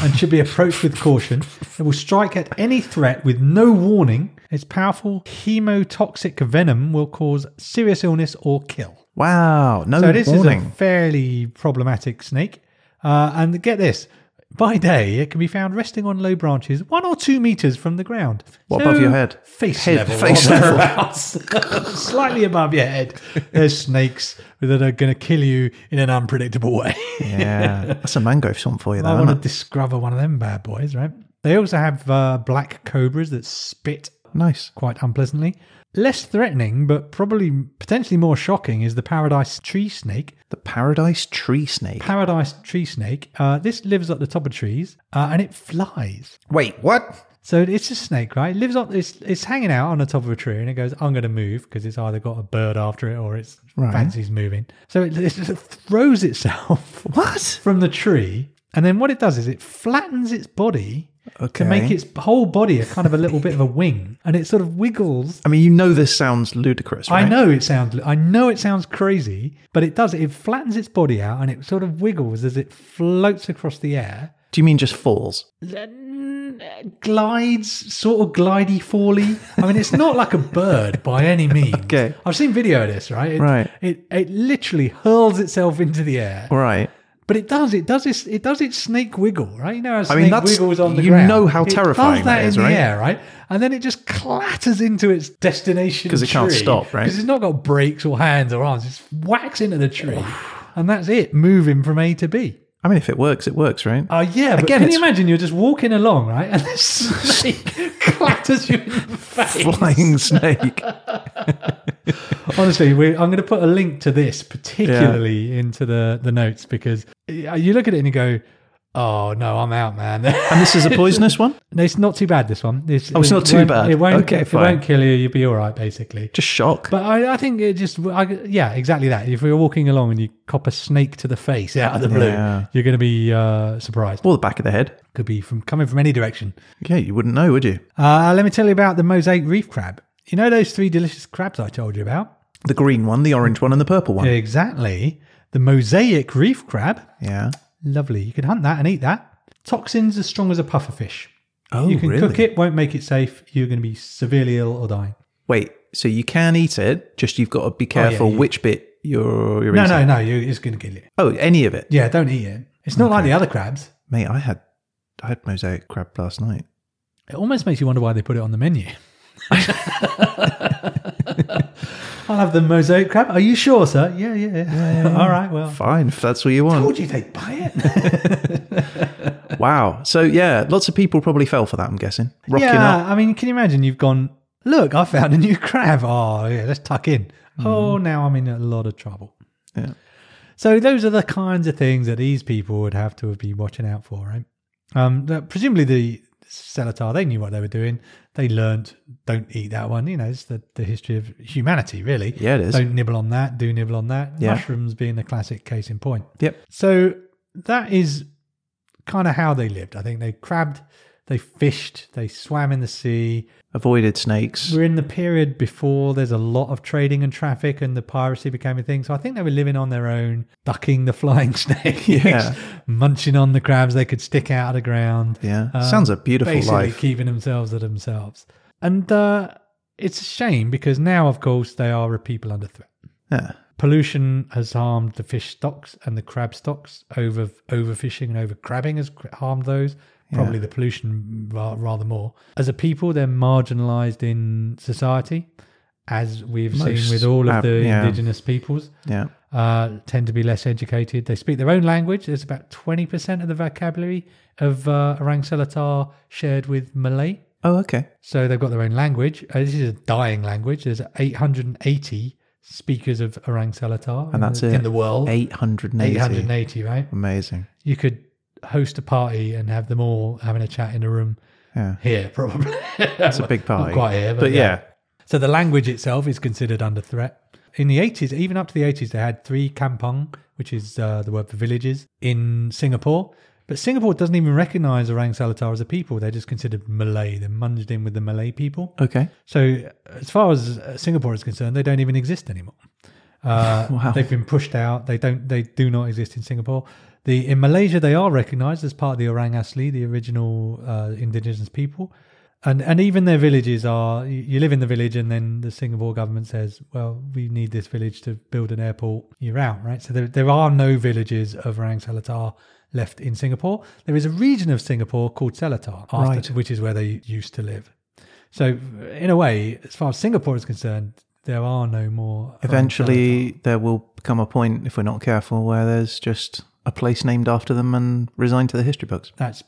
Speaker 2: and should be approached with caution. It will strike at any threat with no warning. Its powerful hemotoxic venom will cause serious illness or kill.
Speaker 1: Wow. No
Speaker 2: So this
Speaker 1: warning.
Speaker 2: is a fairly problematic snake. Uh, and get this. By day, it can be found resting on low branches, one or two meters from the ground.
Speaker 1: What, above your head?
Speaker 2: Face
Speaker 1: Head-
Speaker 2: level.
Speaker 1: face
Speaker 2: on the
Speaker 1: level.
Speaker 2: ground. Slightly above your head. There's snakes that are going to kill you in an unpredictable way.
Speaker 1: yeah. That's a mangrove song for you,
Speaker 2: I
Speaker 1: though.
Speaker 2: want
Speaker 1: Isn't
Speaker 2: to
Speaker 1: it?
Speaker 2: discover one of them bad boys, right? They also have uh, black cobras that spit
Speaker 1: Nice.
Speaker 2: quite unpleasantly. Less threatening, but probably potentially more shocking, is the paradise tree snake,
Speaker 1: The paradise tree snake.
Speaker 2: paradise tree snake. Uh, this lives at the top of trees uh, and it flies.
Speaker 1: Wait, what?
Speaker 2: So it's a snake, right? It lives on it's it's hanging out on the top of a tree and it goes, I'm going to move because it's either got a bird after it or it's
Speaker 1: Right.
Speaker 2: fancies moving. So it, it just throws itself
Speaker 1: What?
Speaker 2: from the tree and then what it does is it flattens its body
Speaker 1: Okay.
Speaker 2: to make its whole body a kind of a little bit of a wing and it sort of wiggles
Speaker 1: I mean, you know this sounds ludicrous, right?
Speaker 2: I know it sounds. I know it sounds crazy, but it does. It flattens its body out and it sort of wiggles as it floats across the air,
Speaker 1: Do you mean just falls?
Speaker 2: Then, uh, glides, sort of glidey fally. I mean, it's not like a bird by any means.
Speaker 1: Okay.
Speaker 2: I've seen video of this, right? It,
Speaker 1: Right.
Speaker 2: It it literally hurls itself into the air,
Speaker 1: All right.
Speaker 2: but it does. It does. Its, it does its snake wiggle, right? You know, how a snake
Speaker 1: mean, that's-
Speaker 2: wiggles on the
Speaker 1: you
Speaker 2: ground.
Speaker 1: know how
Speaker 2: It
Speaker 1: terrifying
Speaker 2: does that,
Speaker 1: that is,
Speaker 2: in
Speaker 1: right?
Speaker 2: the air, right? And then it just clatters into its destination
Speaker 1: 'Cause it can't stop, right?
Speaker 2: Because it's not got brakes or hands or arms. It's whacks into the tree, and that's it, moving from A to B.
Speaker 1: I mean, if it works, it works, right?
Speaker 2: Oh yeah, but
Speaker 1: Again,
Speaker 2: can you
Speaker 1: it's-
Speaker 2: imagine you're just walking along, right, and this snake clatters you in the face?
Speaker 1: Flying snake.
Speaker 2: Honestly, we, I'm going to put a link to this particularly into the the notes because uh, you look at it and you go, "Oh no, I'm out, man."
Speaker 1: and this is a poisonous one?
Speaker 2: it's not too bad. This one. This,
Speaker 1: Oh, it's
Speaker 2: it
Speaker 1: not too
Speaker 2: won't-
Speaker 1: bad.
Speaker 2: It won't.
Speaker 1: Okay,
Speaker 2: if
Speaker 1: fine.
Speaker 2: it won't kill you, you'll be all right, basically.
Speaker 1: Just shock.
Speaker 2: But I, I think it just, I, yeah, exactly that. If you're walking along and you cop a snake to the face out of the blue,
Speaker 1: Yeah.
Speaker 2: you're going to be uh, surprised.
Speaker 1: or the back of the head.
Speaker 2: Could be from coming from any direction.
Speaker 1: Yeah, you wouldn't know, would you?
Speaker 2: Uh, let me tell you about the mosaic reef crab. You know those three delicious crabs I told you about?
Speaker 1: The green one, the orange one, and the purple one. Yeah.
Speaker 2: Exactly. The mosaic reef crab. Lovely. You can hunt that and eat that. Toxins as strong as a pufferfish.
Speaker 1: Oh,
Speaker 2: you can
Speaker 1: really?
Speaker 2: cook it, won't make it safe. You're going to be severely ill or dying.
Speaker 1: Wait, so you can eat it, just you've got to be careful
Speaker 2: you-
Speaker 1: which bit you're, you're
Speaker 2: Oh, No,
Speaker 1: eating.
Speaker 2: no, no. You, it's going to kill you.
Speaker 1: Oh, any of it.
Speaker 2: Yeah, don't eat it. It's not like the other crabs.
Speaker 1: Mate, I had I had mosaic crab last night.
Speaker 2: It almost makes you wonder why they put it on the menu. I'll have the mosaic crab. Are you sure, sir? Yeah, yeah, yeah. All right, well.
Speaker 1: Fine, if that's what you want.
Speaker 2: Told you they'd buy it.
Speaker 1: Wow. So yeah, lots of people probably fell for that, I'm guessing. Rocking
Speaker 2: yeah,
Speaker 1: up.
Speaker 2: I mean, can you imagine you've gone Look, I found a new crab. Oh, yeah, let's tuck in. Oh, now I'm in a lot of trouble.
Speaker 1: Mm. Yeah.
Speaker 2: So those are the kinds of things that these people would have to have been watching out for, right? Um, that- presumably the Celatar, they knew what they were doing. They learnt, don't eat that one. You know, it's the, the history of humanity, really.
Speaker 1: Yeah, it is.
Speaker 2: Don't nibble on that. Do nibble on that.
Speaker 1: Yeah.
Speaker 2: Mushrooms being the classic case in point.
Speaker 1: Yep.
Speaker 2: So that is kind of how they lived. I think they crabbed, they fished, they swam in the sea.
Speaker 1: Avoided snakes.
Speaker 2: We're in the period before there's a lot of trading and traffic, and the piracy became a thing. So I think they were living on their own, ducking the flying snakes,
Speaker 1: Yeah.
Speaker 2: munching on the crabs they could stick out of the ground.
Speaker 1: Yeah.
Speaker 2: Um,
Speaker 1: Sounds a beautiful
Speaker 2: basically
Speaker 1: life.
Speaker 2: keeping themselves to themselves. And uh, it's a shame because now, of course, they are a people under threat.
Speaker 1: Yeah.
Speaker 2: Pollution has harmed the fish stocks and the crab stocks. Over overfishing and overcrabbing has cr- harmed those. Probably the pollution ra- rather more. As a people, they're marginalised in society, as we've
Speaker 1: Most
Speaker 2: seen with all of
Speaker 1: ab-
Speaker 2: the
Speaker 1: yeah.
Speaker 2: indigenous peoples.
Speaker 1: Yeah.
Speaker 2: Uh, tend to be less educated. They speak their own language. There's about twenty percent of the vocabulary of uh, Orang Selatar shared with Malay.
Speaker 1: Oh, okay.
Speaker 2: So they've got their own language. Uh, this is a dying language. There's 880 speakers of Orang Selatar
Speaker 1: And that's
Speaker 2: in,
Speaker 1: it.
Speaker 2: in the world.
Speaker 1: 880.
Speaker 2: 880, right?
Speaker 1: Amazing.
Speaker 2: You could host a party and have them all having a chat in a room
Speaker 1: Yeah.
Speaker 2: here, probably. That's
Speaker 1: a big party.
Speaker 2: Not quite here, but,
Speaker 1: But yeah.
Speaker 2: So the language itself is considered under threat. In the 80s, even up to the 80s, they had three kampong, which is uh, the word for villages, in Singapore. But Singapore doesn't even recognize Orang Selatar as a people. They're just considered Malay. They're munged in with the Malay people.
Speaker 1: Okay.
Speaker 2: So, as far as uh, Singapore is concerned, they don't even exist anymore. Uh,
Speaker 1: Wow.
Speaker 2: They've been pushed out. They don't. They do not exist in Singapore. The in Malaysia they are recognised as part of the Orang Asli, the original uh, indigenous people, and and even their villages are. You you live in the village, and then the Singapore government says, "Well, we need this village to build an airport." You're out, right? So there there are no villages of Orang Selatar left in Singapore. There is a region of Singapore called Selatar, after-
Speaker 1: Right.
Speaker 2: which is where they used to live. So, in a way, as far as Singapore is concerned, there are no more.
Speaker 1: Eventually, there will come a point, if we're not careful, where there's just a place named after them and resigned to the history books.
Speaker 2: that's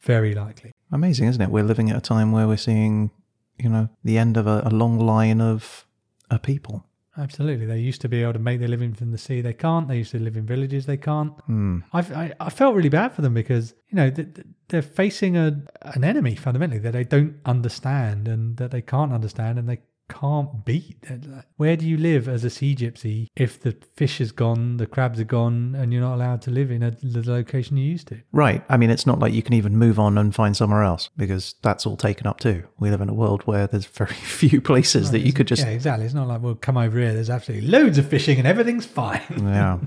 Speaker 2: very likely.
Speaker 1: Amazing, isn't it? We're living at a time where we're seeing, you know, the end of a, a long line of a people.
Speaker 2: Absolutely, they used to be able to make their living from the sea. They can't. They used to live in villages. They can't.
Speaker 1: Hmm.
Speaker 2: I've, I I felt really bad for them because you know th- th- they're facing a an enemy fundamentally that they don't understand and that they can't understand and they can't beat. They're like, Where do you live as a sea gypsy if the fish is gone, the crabs are gone, and you're not allowed to live in a, the location you used to?
Speaker 1: Right. I mean, it's not like you can even move on and find somewhere else because that's all taken up too. We live in a world where there's very few places that you could just.
Speaker 2: yeah, exactly. It's not like we'll come over here. There's absolutely loads of fishing and everything's fine.
Speaker 1: Yeah.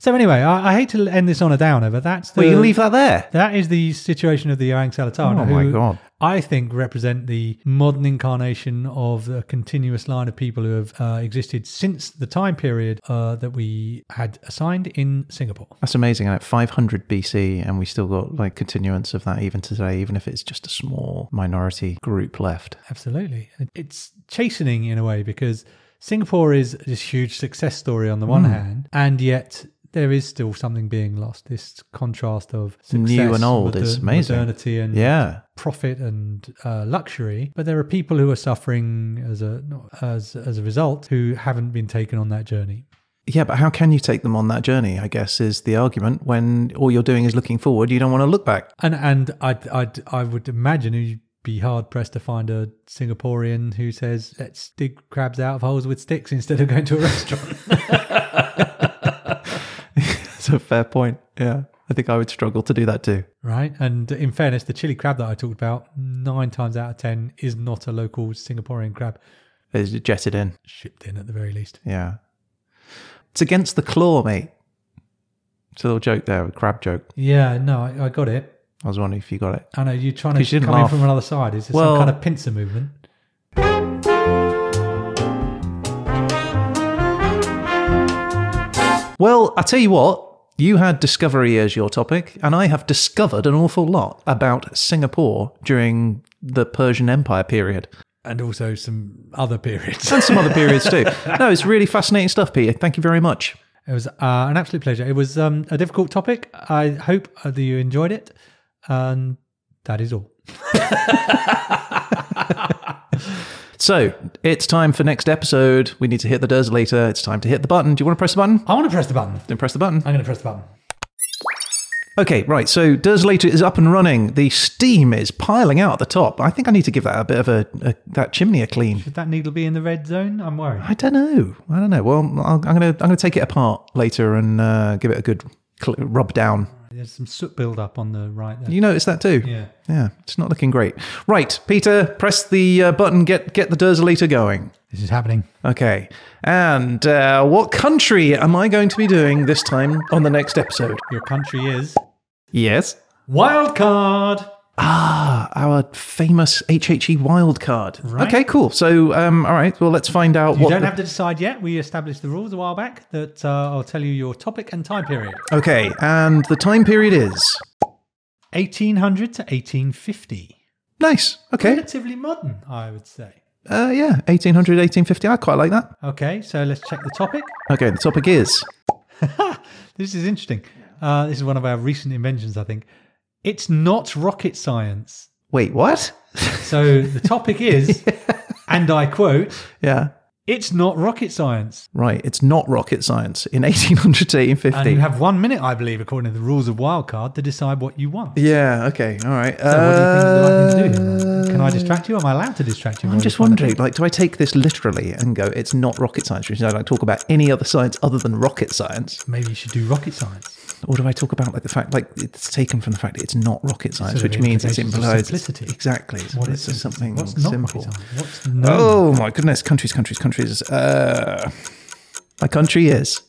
Speaker 2: so anyway, I, I hate to end this on a downer, but that's the
Speaker 1: Well, you can leave that there.
Speaker 2: that is the situation of the Orang Selatar.
Speaker 1: Oh my God.
Speaker 2: I think represent the modern incarnation of the continuous line of people who have uh, existed since the time period uh, that we had assigned in Singapore.
Speaker 1: That's amazing. At 500 BC, and we still got like continuance of that even today, even if it's just a small minority group left.
Speaker 2: Absolutely. And It's chastening in a way because Singapore is this huge success story on the
Speaker 1: Hmm.
Speaker 2: one hand, and yet there is still something being lost. This contrast of success,
Speaker 1: New and old
Speaker 2: moder-
Speaker 1: is amazing.
Speaker 2: modernity and
Speaker 1: Yeah.
Speaker 2: profit and uh, luxury, but there are people who are suffering as a not- as as a result who haven't been taken on that journey.
Speaker 1: Yeah, but how can you take them on that journey? I guess is the argument when all you're doing is looking forward. You don't want to look back.
Speaker 2: And and I I I would imagine you'd be hard pressed to find a Singaporean who says let's dig crabs out of holes with sticks instead of going to a restaurant.
Speaker 1: It's a fair point. Yeah. I think I would struggle to do that too.
Speaker 2: right? And in fairness, the chili crab that I talked about, nine times out of ten, is not a local Singaporean crab
Speaker 1: It's jetted in.
Speaker 2: shipped in at the very least.
Speaker 1: Yeah. It's against the claw, mate. It's a little joke there, a crab joke.
Speaker 2: Yeah, no, I, I got it.
Speaker 1: I was wondering if you got it.
Speaker 2: I know you're trying
Speaker 1: 'Cause you
Speaker 2: to
Speaker 1: didn't
Speaker 2: come
Speaker 1: laugh.
Speaker 2: in from another side. Is this
Speaker 1: Well-
Speaker 2: some kind of pincer movement?
Speaker 1: Well, I tell you what, you had discovery as your topic, and I have discovered an awful lot about Singapore during the Persian Empire period
Speaker 2: And also some other periods.
Speaker 1: and some other periods too. No, it's really fascinating stuff, Peter. Thank you very much.
Speaker 2: it was uh, an absolute pleasure. It was um, a difficult topic. I hope uh, that you enjoyed it. And that is all.
Speaker 1: So it's time for next episode. We need to hit the does later. It's time to hit the button. Do you want to press the button?
Speaker 2: I want to press the button.
Speaker 1: Then press the button.
Speaker 2: I'm going to press the button.
Speaker 1: Okay, right. So does later is up and running. The steam is piling out at the top. I think I need to give that a bit of a, a that chimney a clean.
Speaker 2: Should that needle be in the red zone? I'm worried.
Speaker 1: I don't know. I don't know. Well, I'll, I'm gonna I'm gonna take it apart later and uh, give it a good cl- rub down.
Speaker 2: There's some soot build up on the right there.
Speaker 1: You notice that too.
Speaker 2: Yeah.
Speaker 1: Yeah. It's not looking great. Right, Peter. Press the uh, button. Get get the Dersolator going.
Speaker 2: This is happening.
Speaker 1: Okay. And uh, what country am I going to be doing this time on the next episode?
Speaker 2: Your country is
Speaker 1: Yes.
Speaker 2: wild card.
Speaker 1: Ah, our famous HHE wildcard.
Speaker 2: Right.
Speaker 1: Okay, cool. So, um, all right. Well, let's find out
Speaker 2: You
Speaker 1: what.
Speaker 2: don't
Speaker 1: the-
Speaker 2: have to decide yet. We established the rules a while back that uh, I'll tell you your topic and time period.
Speaker 1: okay, and the time period is
Speaker 2: 1800 to 1850.
Speaker 1: nice. Okay.
Speaker 2: Relatively modern, I would say.
Speaker 1: Uh, yeah, 1800, 1850. I quite like that.
Speaker 2: Okay, so let's check the topic.
Speaker 1: Okay, the topic is
Speaker 2: This is interesting. Uh, this is one of our recent inventions, I think. It's not rocket science.
Speaker 1: wait, what?
Speaker 2: So the topic is, and I quote,
Speaker 1: yeah.
Speaker 2: it's not rocket science.
Speaker 1: Right, it's not rocket science in 1800 to
Speaker 2: And
Speaker 1: 1850.
Speaker 2: you have one minute, I believe, according to the rules of Wildcard, to decide what you want.
Speaker 1: yeah, okay, all right. Uh,
Speaker 2: So what do you think is the right thing to do? Can I distract you? Am I allowed to distract you?
Speaker 1: I'm just wondering, like, do I take this literally and go, it's not rocket science? Should I like, talk about any other science other than rocket science?
Speaker 2: Maybe you should do rocket science.
Speaker 1: Or do I talk about like the fact, like, it's taken from the fact that it's not rocket science,
Speaker 2: Sort of
Speaker 1: which means it's
Speaker 2: implications of
Speaker 1: implied.
Speaker 2: simplicity.
Speaker 1: Exactly. It's,
Speaker 2: What
Speaker 1: it's
Speaker 2: is-
Speaker 1: something
Speaker 2: what's not
Speaker 1: simple.
Speaker 2: rocket science? What's no?
Speaker 1: Oh my goodness, countries, countries, countries. Uh, my country is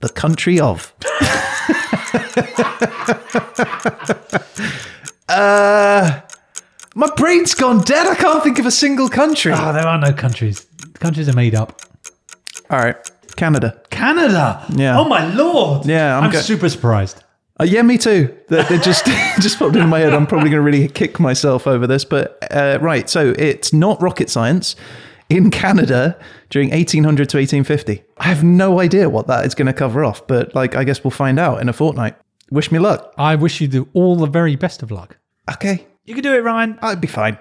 Speaker 1: the country of. uh, my brain's gone dead. I can't think of a single country.
Speaker 2: Ah, there are no countries. Countries are made up.
Speaker 1: All right, Canada.
Speaker 2: Canada.
Speaker 1: Yeah.
Speaker 2: Oh my lord.
Speaker 1: Yeah, I'm
Speaker 2: I'm,
Speaker 1: go-
Speaker 2: super surprised.
Speaker 1: Uh, yeah, me too. That that just just popped into my head. I'm probably going to really kick myself over this, but uh, right. So it's not rocket science in Canada during 1800 to 1850. I have no idea what that is going to cover off, but like I guess we'll find out in a fortnight. Wish me luck.
Speaker 2: I wish you the, all the very best of luck.
Speaker 1: Okay,
Speaker 2: You can do it, Ryan.
Speaker 1: I'd be fine.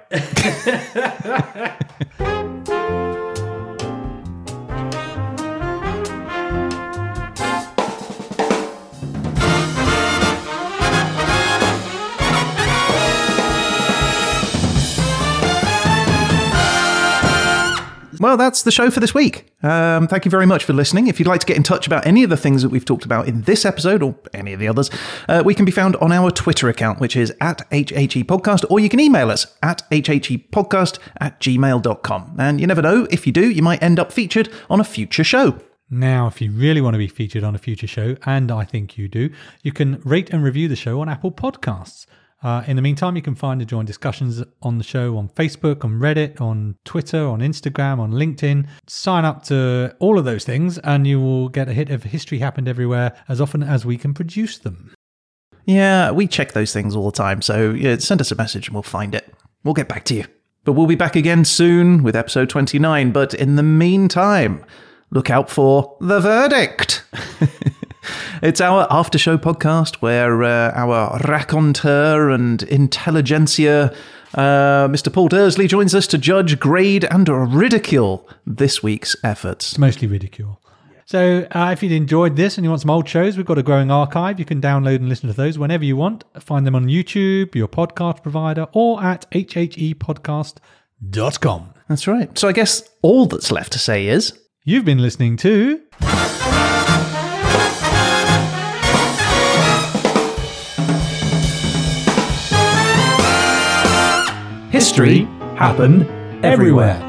Speaker 1: Well, that's the show for this week. Um, thank you very much for listening. If you'd like to get in touch about any of the things that we've talked about in this episode or any of the others, uh, we can be found on our Twitter account, which is at HHE Podcast, or you can email us at HHE Podcast at gmail.com. And you never know, if you do, you might end up featured on a future show.
Speaker 2: Now, if you really want to be featured on a future show, and I think you do, you can rate and review the show on Apple Podcasts. Uh, in the meantime, you can find and join discussions on the show on Facebook, on Reddit, on Twitter, on Instagram, on LinkedIn. Sign up to all of those things, and you will get a hit of History Happened Everywhere as often as we can produce them.
Speaker 1: Yeah, we check those things all the time, so yeah, send us a message and we'll find it. We'll get back to you. But we'll be back again soon with episode 29. But in the meantime, look out for The Verdict. it's our after show podcast where uh, our raconteur and intelligentsia, uh, Mr. Paul Dursley, joins us to judge, grade, and ridicule this week's efforts.
Speaker 2: It's mostly ridicule. So, uh, if you'd enjoyed this and you want some old shows, we've got a growing archive. You can download and listen to those whenever you want. Find them on YouTube, your podcast provider, or at E hhepodcast.com.
Speaker 1: That's right. So I guess all that's left to say is.
Speaker 2: You've been listening to
Speaker 1: History happened everywhere.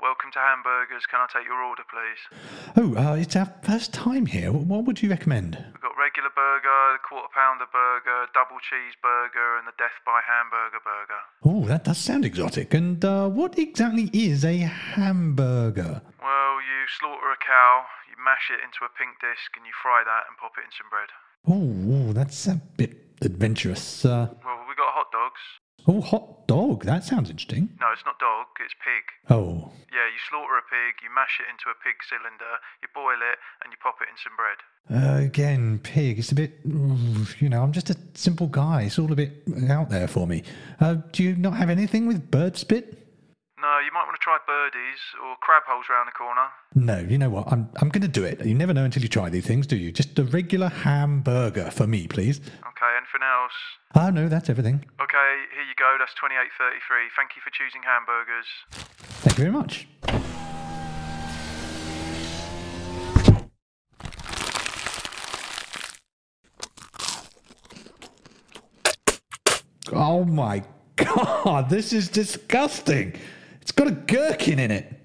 Speaker 6: Welcome to Hamburgers. Can I take your order, please?
Speaker 7: Oh, uh, it's our first time here. What would you recommend?
Speaker 6: We've got regular burger, quarter pounder burger, double cheeseburger, and the death by hamburger burger.
Speaker 7: Oh, that does sound exotic. And uh, what exactly is a hamburger?
Speaker 6: Well, you slaughter a cow, you mash it into a pink disc, and you fry that and pop it in some bread.
Speaker 7: Oh, that's a bit adventurous. Uh,
Speaker 6: Well, we got hot dogs.
Speaker 2: Oh, hot dog. That sounds interesting.
Speaker 6: No, it's not dog, it's pig.
Speaker 2: Oh,
Speaker 6: Yeah, you slaughter a pig, you mash it into a pig cylinder, you boil it, and you pop it in some bread.
Speaker 2: uh, again, pig. It's a bit, you know, I'm just a simple guy. It's all a bit out there for me. Uh, do you not have anything with bird spit?
Speaker 6: No, you might want to try birdies or crab holes round the corner.
Speaker 2: No, you know what? I'm, I'm going to do it. You never know until you try these things, do you? Just a regular hamburger for me, please.
Speaker 6: Okay, anything else?
Speaker 2: Oh, no, that's everything.
Speaker 6: Okay, here you go. That's 28.33. Thank you for choosing hamburgers.
Speaker 2: Thank you very much. Oh my god, this is disgusting. It's got a gherkin in it.